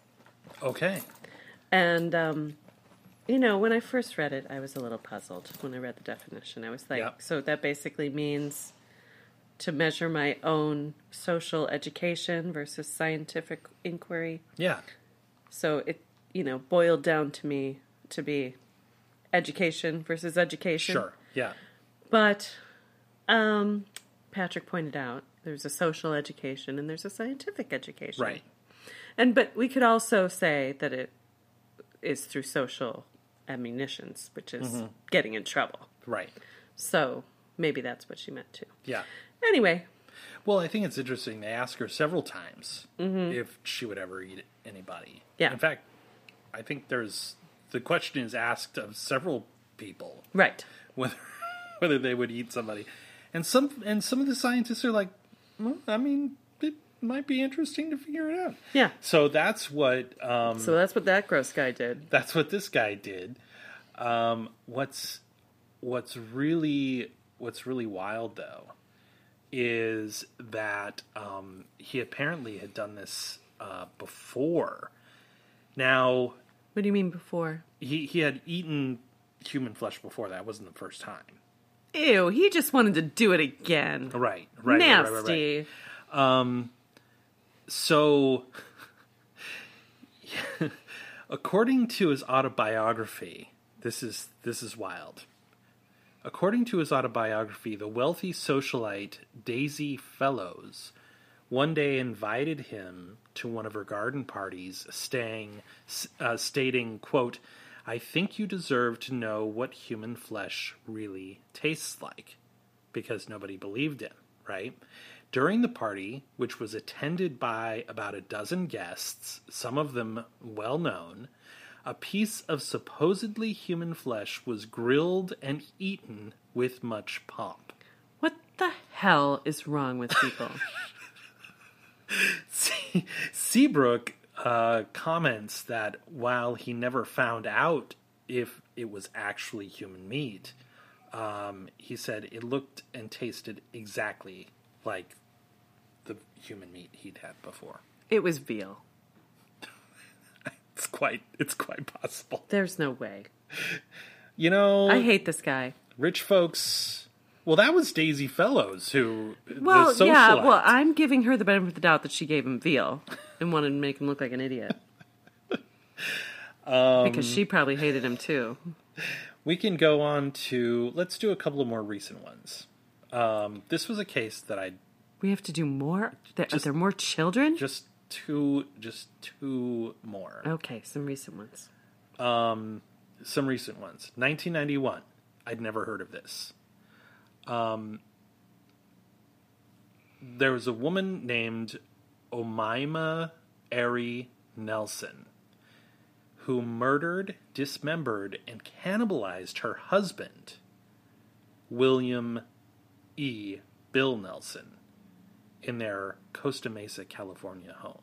Okay.
And, um, you know, when I first read it, I was a little puzzled when I read the definition. I was like,
Yep.
so that basically means to measure my own social education versus scientific inquiry.
Yeah.
So it, you know, boiled down to me to be education versus education.
Sure. Yeah.
But um, Patrick pointed out there's a social education and there's a scientific education.
Right.
And but we could also say that it is through social admonitions, which is
Mm-hmm.
getting in trouble.
Right.
So maybe that's what she meant too.
Yeah.
Anyway,
Well, I think it's interesting. They ask her several times if she would ever eat anybody.
Mm-hmm. Yeah.
In fact, I think there's the question is asked of several people
right.
whether whether they would eat somebody, and some and some of the scientists are like, well, I mean, it might be interesting to figure it out.
Yeah.
So that's what um,
So that's what that gross guy did.
that's what this guy did. Um, what's what's really what's really wild though is that um, he apparently had done this uh, before. Now
What do you mean before?
he he had eaten human flesh before. That wasn't the first time.
Ew, he just wanted to do it again.
Right. Right. right,
Nasty.
right, right, right. So, according to his autobiography, this is this is wild. According to his autobiography, the wealthy socialite Daisy Fellows one day invited him to one of her garden parties, staying, uh, stating, "quote I think you deserve to know what human flesh really tastes like," because nobody believed him. Right during the party, which was attended by about a dozen guests, some of them well known. A piece of supposedly human flesh was grilled and eaten with much pomp.
What the hell is wrong with people?
Se- Seabrook uh, comments that while he never found out if it was actually human meat, um, he said it looked and tasted exactly like the human meat he'd had before.
it was veal.
It's quite it's quite possible.
There's no way.
You know,
I hate this guy.
rich folks. Well, that was Daisy Fellows who
Well,
the
yeah.
socialite.
Well, I'm giving her the benefit of the doubt that she gave him veal and wanted to make him look like an idiot. because she probably hated him too.
we can go on to let's do a couple of more recent ones. Um, this was a case that I
We have to do more. There, are there more children?
just two just two more.
okay, some recent ones.
some recent ones. 1991. I'd never heard of this. Um, there was a woman named Omaima Ari Nelson who murdered, dismembered, and cannibalized her husband, William E. Bill Nelson, in their Costa Mesa, California home.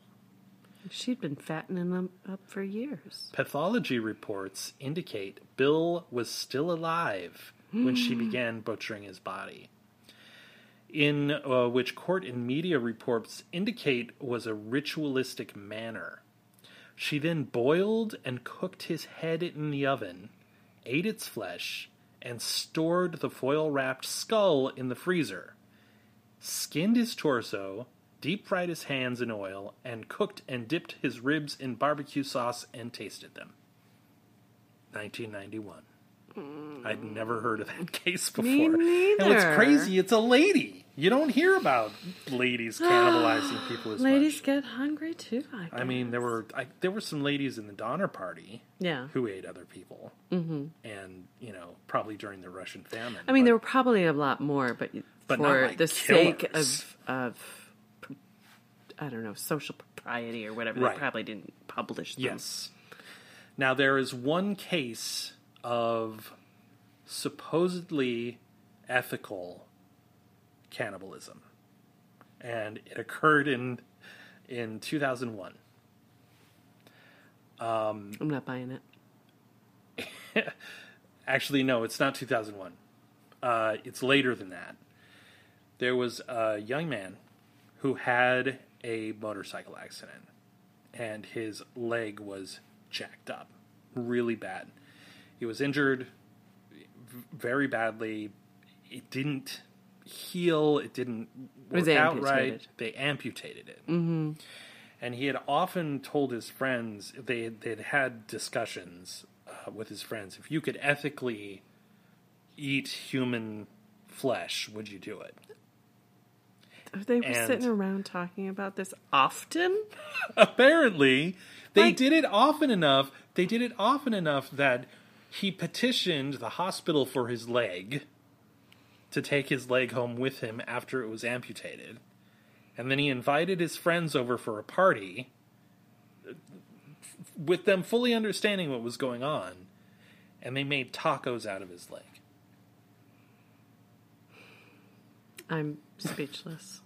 She'd been fattening them up for years.
Pathology reports indicate Bill was still alive when she began butchering his body. In uh, which court and media reports indicate was a ritualistic manner. She then boiled and cooked his head in the oven, ate its flesh, and stored the foil wrapped skull in the freezer. Skinned his torso, deep fried his hands in oil, and cooked and dipped his ribs in barbecue sauce and tasted them. 1991. I'd never heard of that case before.
Mm. Me
And what's
neither.
crazy, it's a lady. You don't hear about ladies cannibalizing people as
Ladies
much.
get hungry too. I,
I mean, there were I, there were some ladies in the Donner Party
yeah.
who ate other people, mm-hmm. and you know, probably during the Russian famine.
I mean,
but-
there were probably a lot more, but,
But not
for
like
the sake
killers.
of of I don't know social propriety or whatever,
Right.
they probably didn't publish them.
Yes. Now there is one case of supposedly ethical cannibalism, and it occurred in in 2001.
I'm not buying it.
Actually, no, it's not 2001. Uh, it's later than that. There was a young man who had a motorcycle accident, and his leg was jacked up really bad. He was injured v- very badly. It didn't heal. It didn't
was
work out
amputated.
right. They amputated it. Mm-hmm. And he had often told his friends they they'd had discussions uh, with his friends if you could ethically eat human flesh, would you do it?
They were
And-
sitting around talking about this often.
apparently they
Like-
did it often enough they did it often enough that he petitioned the hospital for his leg to take his leg home with him after it was amputated and then he invited his friends over for a party uh, with them fully understanding what was going on and they made tacos out of his leg
I'm speechless.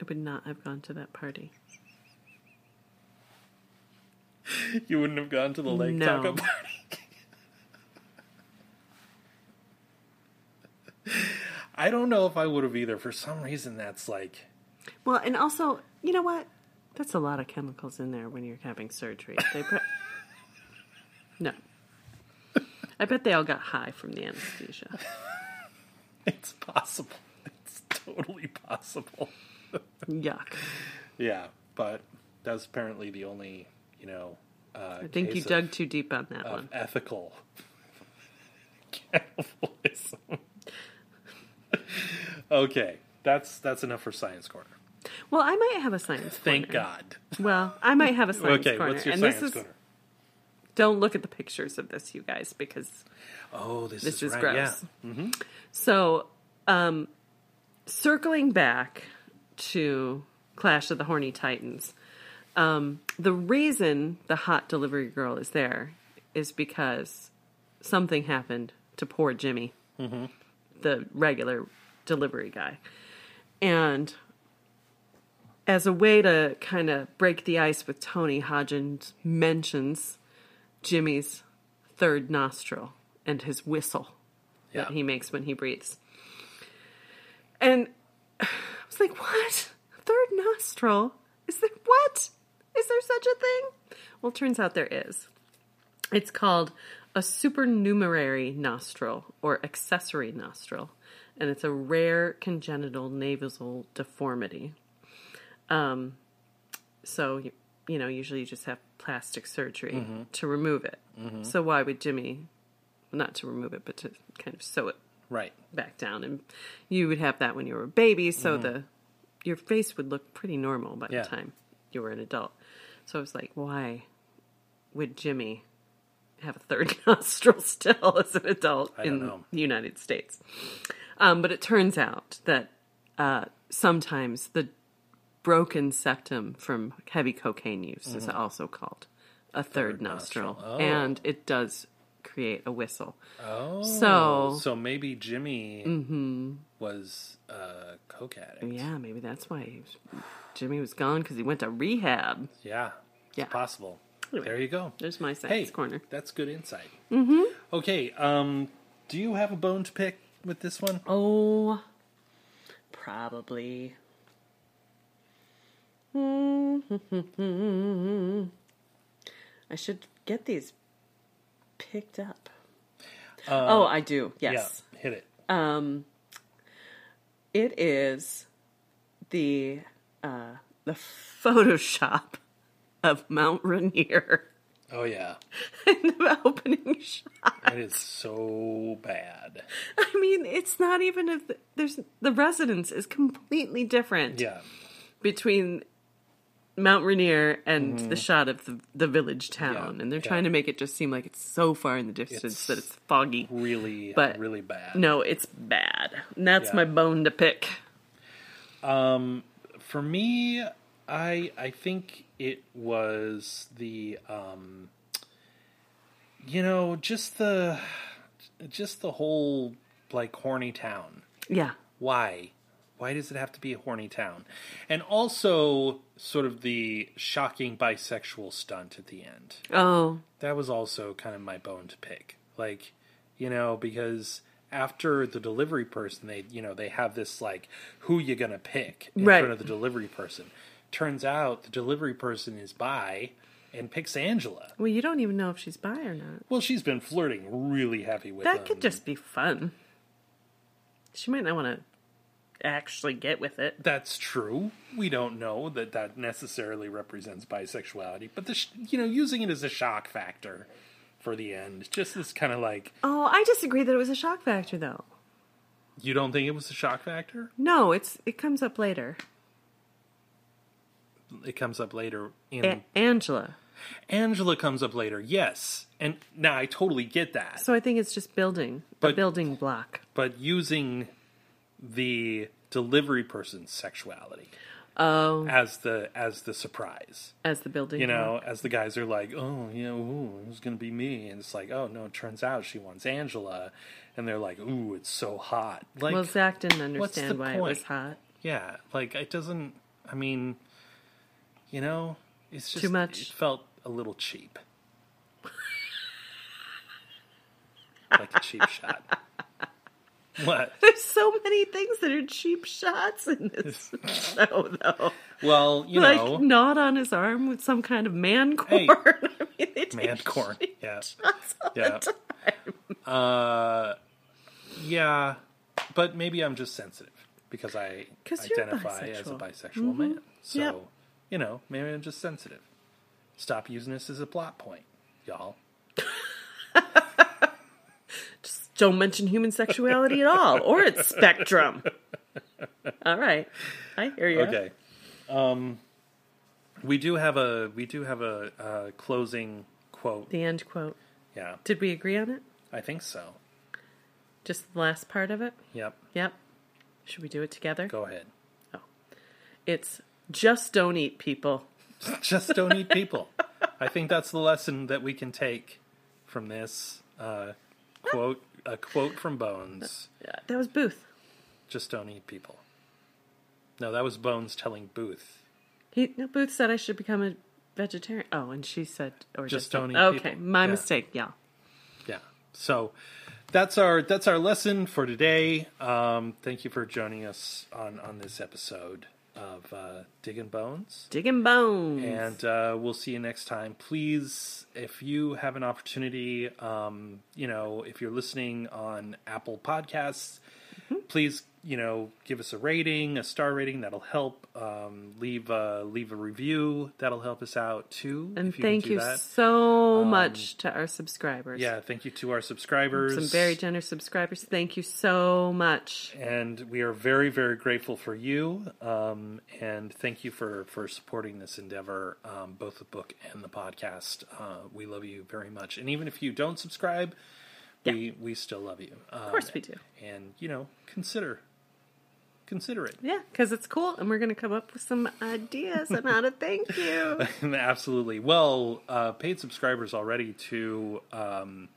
I would not have gone to that party.
you wouldn't have gone to the leg
No.
taco party I don't know if I would have either. For some reason, that's like
Well, and also, you know what? That's a lot of chemicals in there when you're having surgery. They put no. I bet they all got high from the anesthesia.
it's possible. It's totally possible.
Yuck.
Yeah, but that's apparently the only you know. Uh,
I think you
case of-
dug too deep on that
of
one.
ethical cannibalism. okay, that's that's enough for science corner.
Well, I might have a science
uh, Thank
corner.
God.
Well, I might have a science
okay,
corner.
what's your
and
science
this is
corner?
don't look at the pictures of this, you guys, because
Oh, this,
this is
right,
gross.
Yeah. Mm-hmm.
So, um, circling back to Clash of the Horny Titans, um, the reason the hot delivery girl is there is because something happened to poor Jimmy,
Mm-hmm.
the regular delivery guy. And as a way to kind of break the ice with Tony, Hodgins mentions Jimmy's third nostril and his whistle
Yeah.
that he makes when he breathes. And I was like, what? Third nostril? Is there what? Is there such a thing? Well, turns out there is. It's called a supernumerary nostril or accessory nostril, and it's a rare congenital nasal deformity. Um, so you, you know, usually you just have plastic surgery to remove it. So why would Jimmy, not to remove it, but to kind of sew it
Right.
back down and you would have that when you were a baby so the your face would look pretty normal by
Mm-hmm. Yeah.
the time you were an adult so i was like why would jimmy have a third nostril still as an adult
don't
in
know.
the united states um, but it turns out that uh, sometimes the broken septum from heavy cocaine use is
Mm-hmm.
also called a third, nostril, and it does create a whistle
Oh.
So-
so maybe Jimmy
Mm-hmm.
was a coke addict.
Yeah, maybe that's why he was, Jimmy was gone because he went to rehab.
Yeah. It's
Yeah.
possible. There you go.
There's my
Hey,
science corner.
that's good insight. Mm-hmm. Okay. Um, do you have a bone to pick with this one?
Oh, probably. I should get these picked up. oh, I do. Yes. Um,
Yeah. Hit it.
It is the uh, the Photoshop of Mount Rainier.
Oh yeah,
in the opening shot.
it is so bad.
I mean, it's not even if there's the residence is completely different
Yeah,
between Mount Rainier and the shot of the, the village town,
Mm-hmm. Yeah,
and they're
yeah.
trying to make it just seem like it's so far in the distance
It's-
that it's foggy.
really,
But-
really bad.
No, it's bad. And that's
Yeah.
my bone to pick.
For me, I I think it was the um, you know, just the just the whole like horny town.
Yeah,
why why does it have to be a horny town and also sort of the shocking bisexual stunt at the end
Oh,
that was also kind of my bone to pick like you know because after the delivery person they you know they have this like who you gonna pick in
Right.
front of the delivery person turns out the delivery person is bi and picks angela
well, you don't even know if she's bi or not.
well she's been flirting really heavy with
That
him.
could just be fun. She might not want to actually get with it.
that's true. We don't know that that necessarily represents bisexuality, but the sh- you know using it as a shock factor for the end, just this kind of like
Oh, I disagree that it was a shock factor, though.
you don't think it was a shock factor.
No, it's it comes up later.
It comes up later in
A- Angela.
Angela comes up later. Yes, and now I totally get that,
So I think it's just building a
But-
building block.
but using the delivery person's sexuality
Oh,
as the as the surprise.
as the building.
you know, as the guys are like, oh, you know, ooh, it's going to be me. And it's like, oh, no, it turns out she wants Angela. And they're like, ooh, it's so hot. Like,
block. Well, Zach didn't
what's the
understand why it was
point?
hot.
yeah, like it doesn't, I mean, you know, it's just
Too much.
It felt a little cheap. like a cheap shot. What?
There's so many things that are cheap shots in this show, though.
Well, you
like
know,
knot on his arm with some kind of man corn.
Hey.
I mean, they take
man corn.
shit
Yeah.
shots all the
Yeah. Uh,
time.
Yeah, but maybe I'm just sensitive because I
'Cause you're
identify as a
bisexual. Mm-hmm.
bisexual man. So,
Yep.
you know, maybe I'm just sensitive. Stop using this as a plot point, y'all.
Don't mention human sexuality at all, or its spectrum. All right, I hear you.
Okay. Um, we do have a we do have a uh, closing quote.
The end quote.
Yeah,
Did we agree on it?
I think so.
Just the last part of it?
Yep.
Yep. Should we do it together?
Go ahead.
It's just don't eat people.
just don't eat people. I think that's the lesson that we can take from this uh, quote. A quote from Bones.
Uh, That was Booth.
just don't eat people. No, that was Bones telling Booth.
He no, Booth said I should become a vegetarian. Oh, and she said, or
Just don't eat
Okay,
people.
my
Yeah.
mistake. Yeah.
Yeah. So that's our that's our lesson for today. Um, thank you for joining us on on this episode of uh, Digging Bones.
Digging bones.
And uh, we'll see you next time. Please, if you have an opportunity, um, you know, if you're listening on Apple Podcasts,
Mm-hmm.
please, you know, give us a rating, a star rating. That'll help. Um, leave a, leave a review. That'll help us out too.
And
if you can
thank
do
you
that. um,
so much to our subscribers.
Yeah, thank you to our subscribers.
Some very generous subscribers. Thank you so much.
and we are very very grateful for you um, and thank you for for supporting this endeavor um, both the book and the podcast uh, we love you very much and even if you don't subscribe we we still love you um,
Of course we do.
and you know consider consider it
Yeah, because it's cool, and we're going to come up with some ideas on how to thank you.
absolutely well uh, paid subscribers already to um,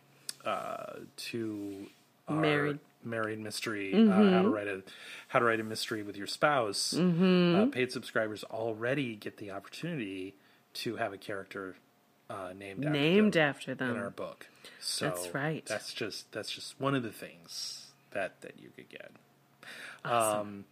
uh, to our
Married. Mm-hmm.
married mystery uh, how to write a how to write a mystery with your spouse
Mm-hmm.
uh, paid subscribers already get the opportunity to have a character uh, named after
Named
them
after them.
in our book so
Um, That's right.
that's just that's just one of the things that that you could get um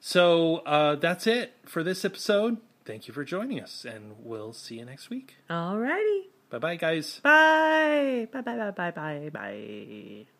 so uh that's it for this episode thank you for joining us and we'll see you next week
Alrighty.
bye bye guys
Bye. Bye bye bye bye bye bye.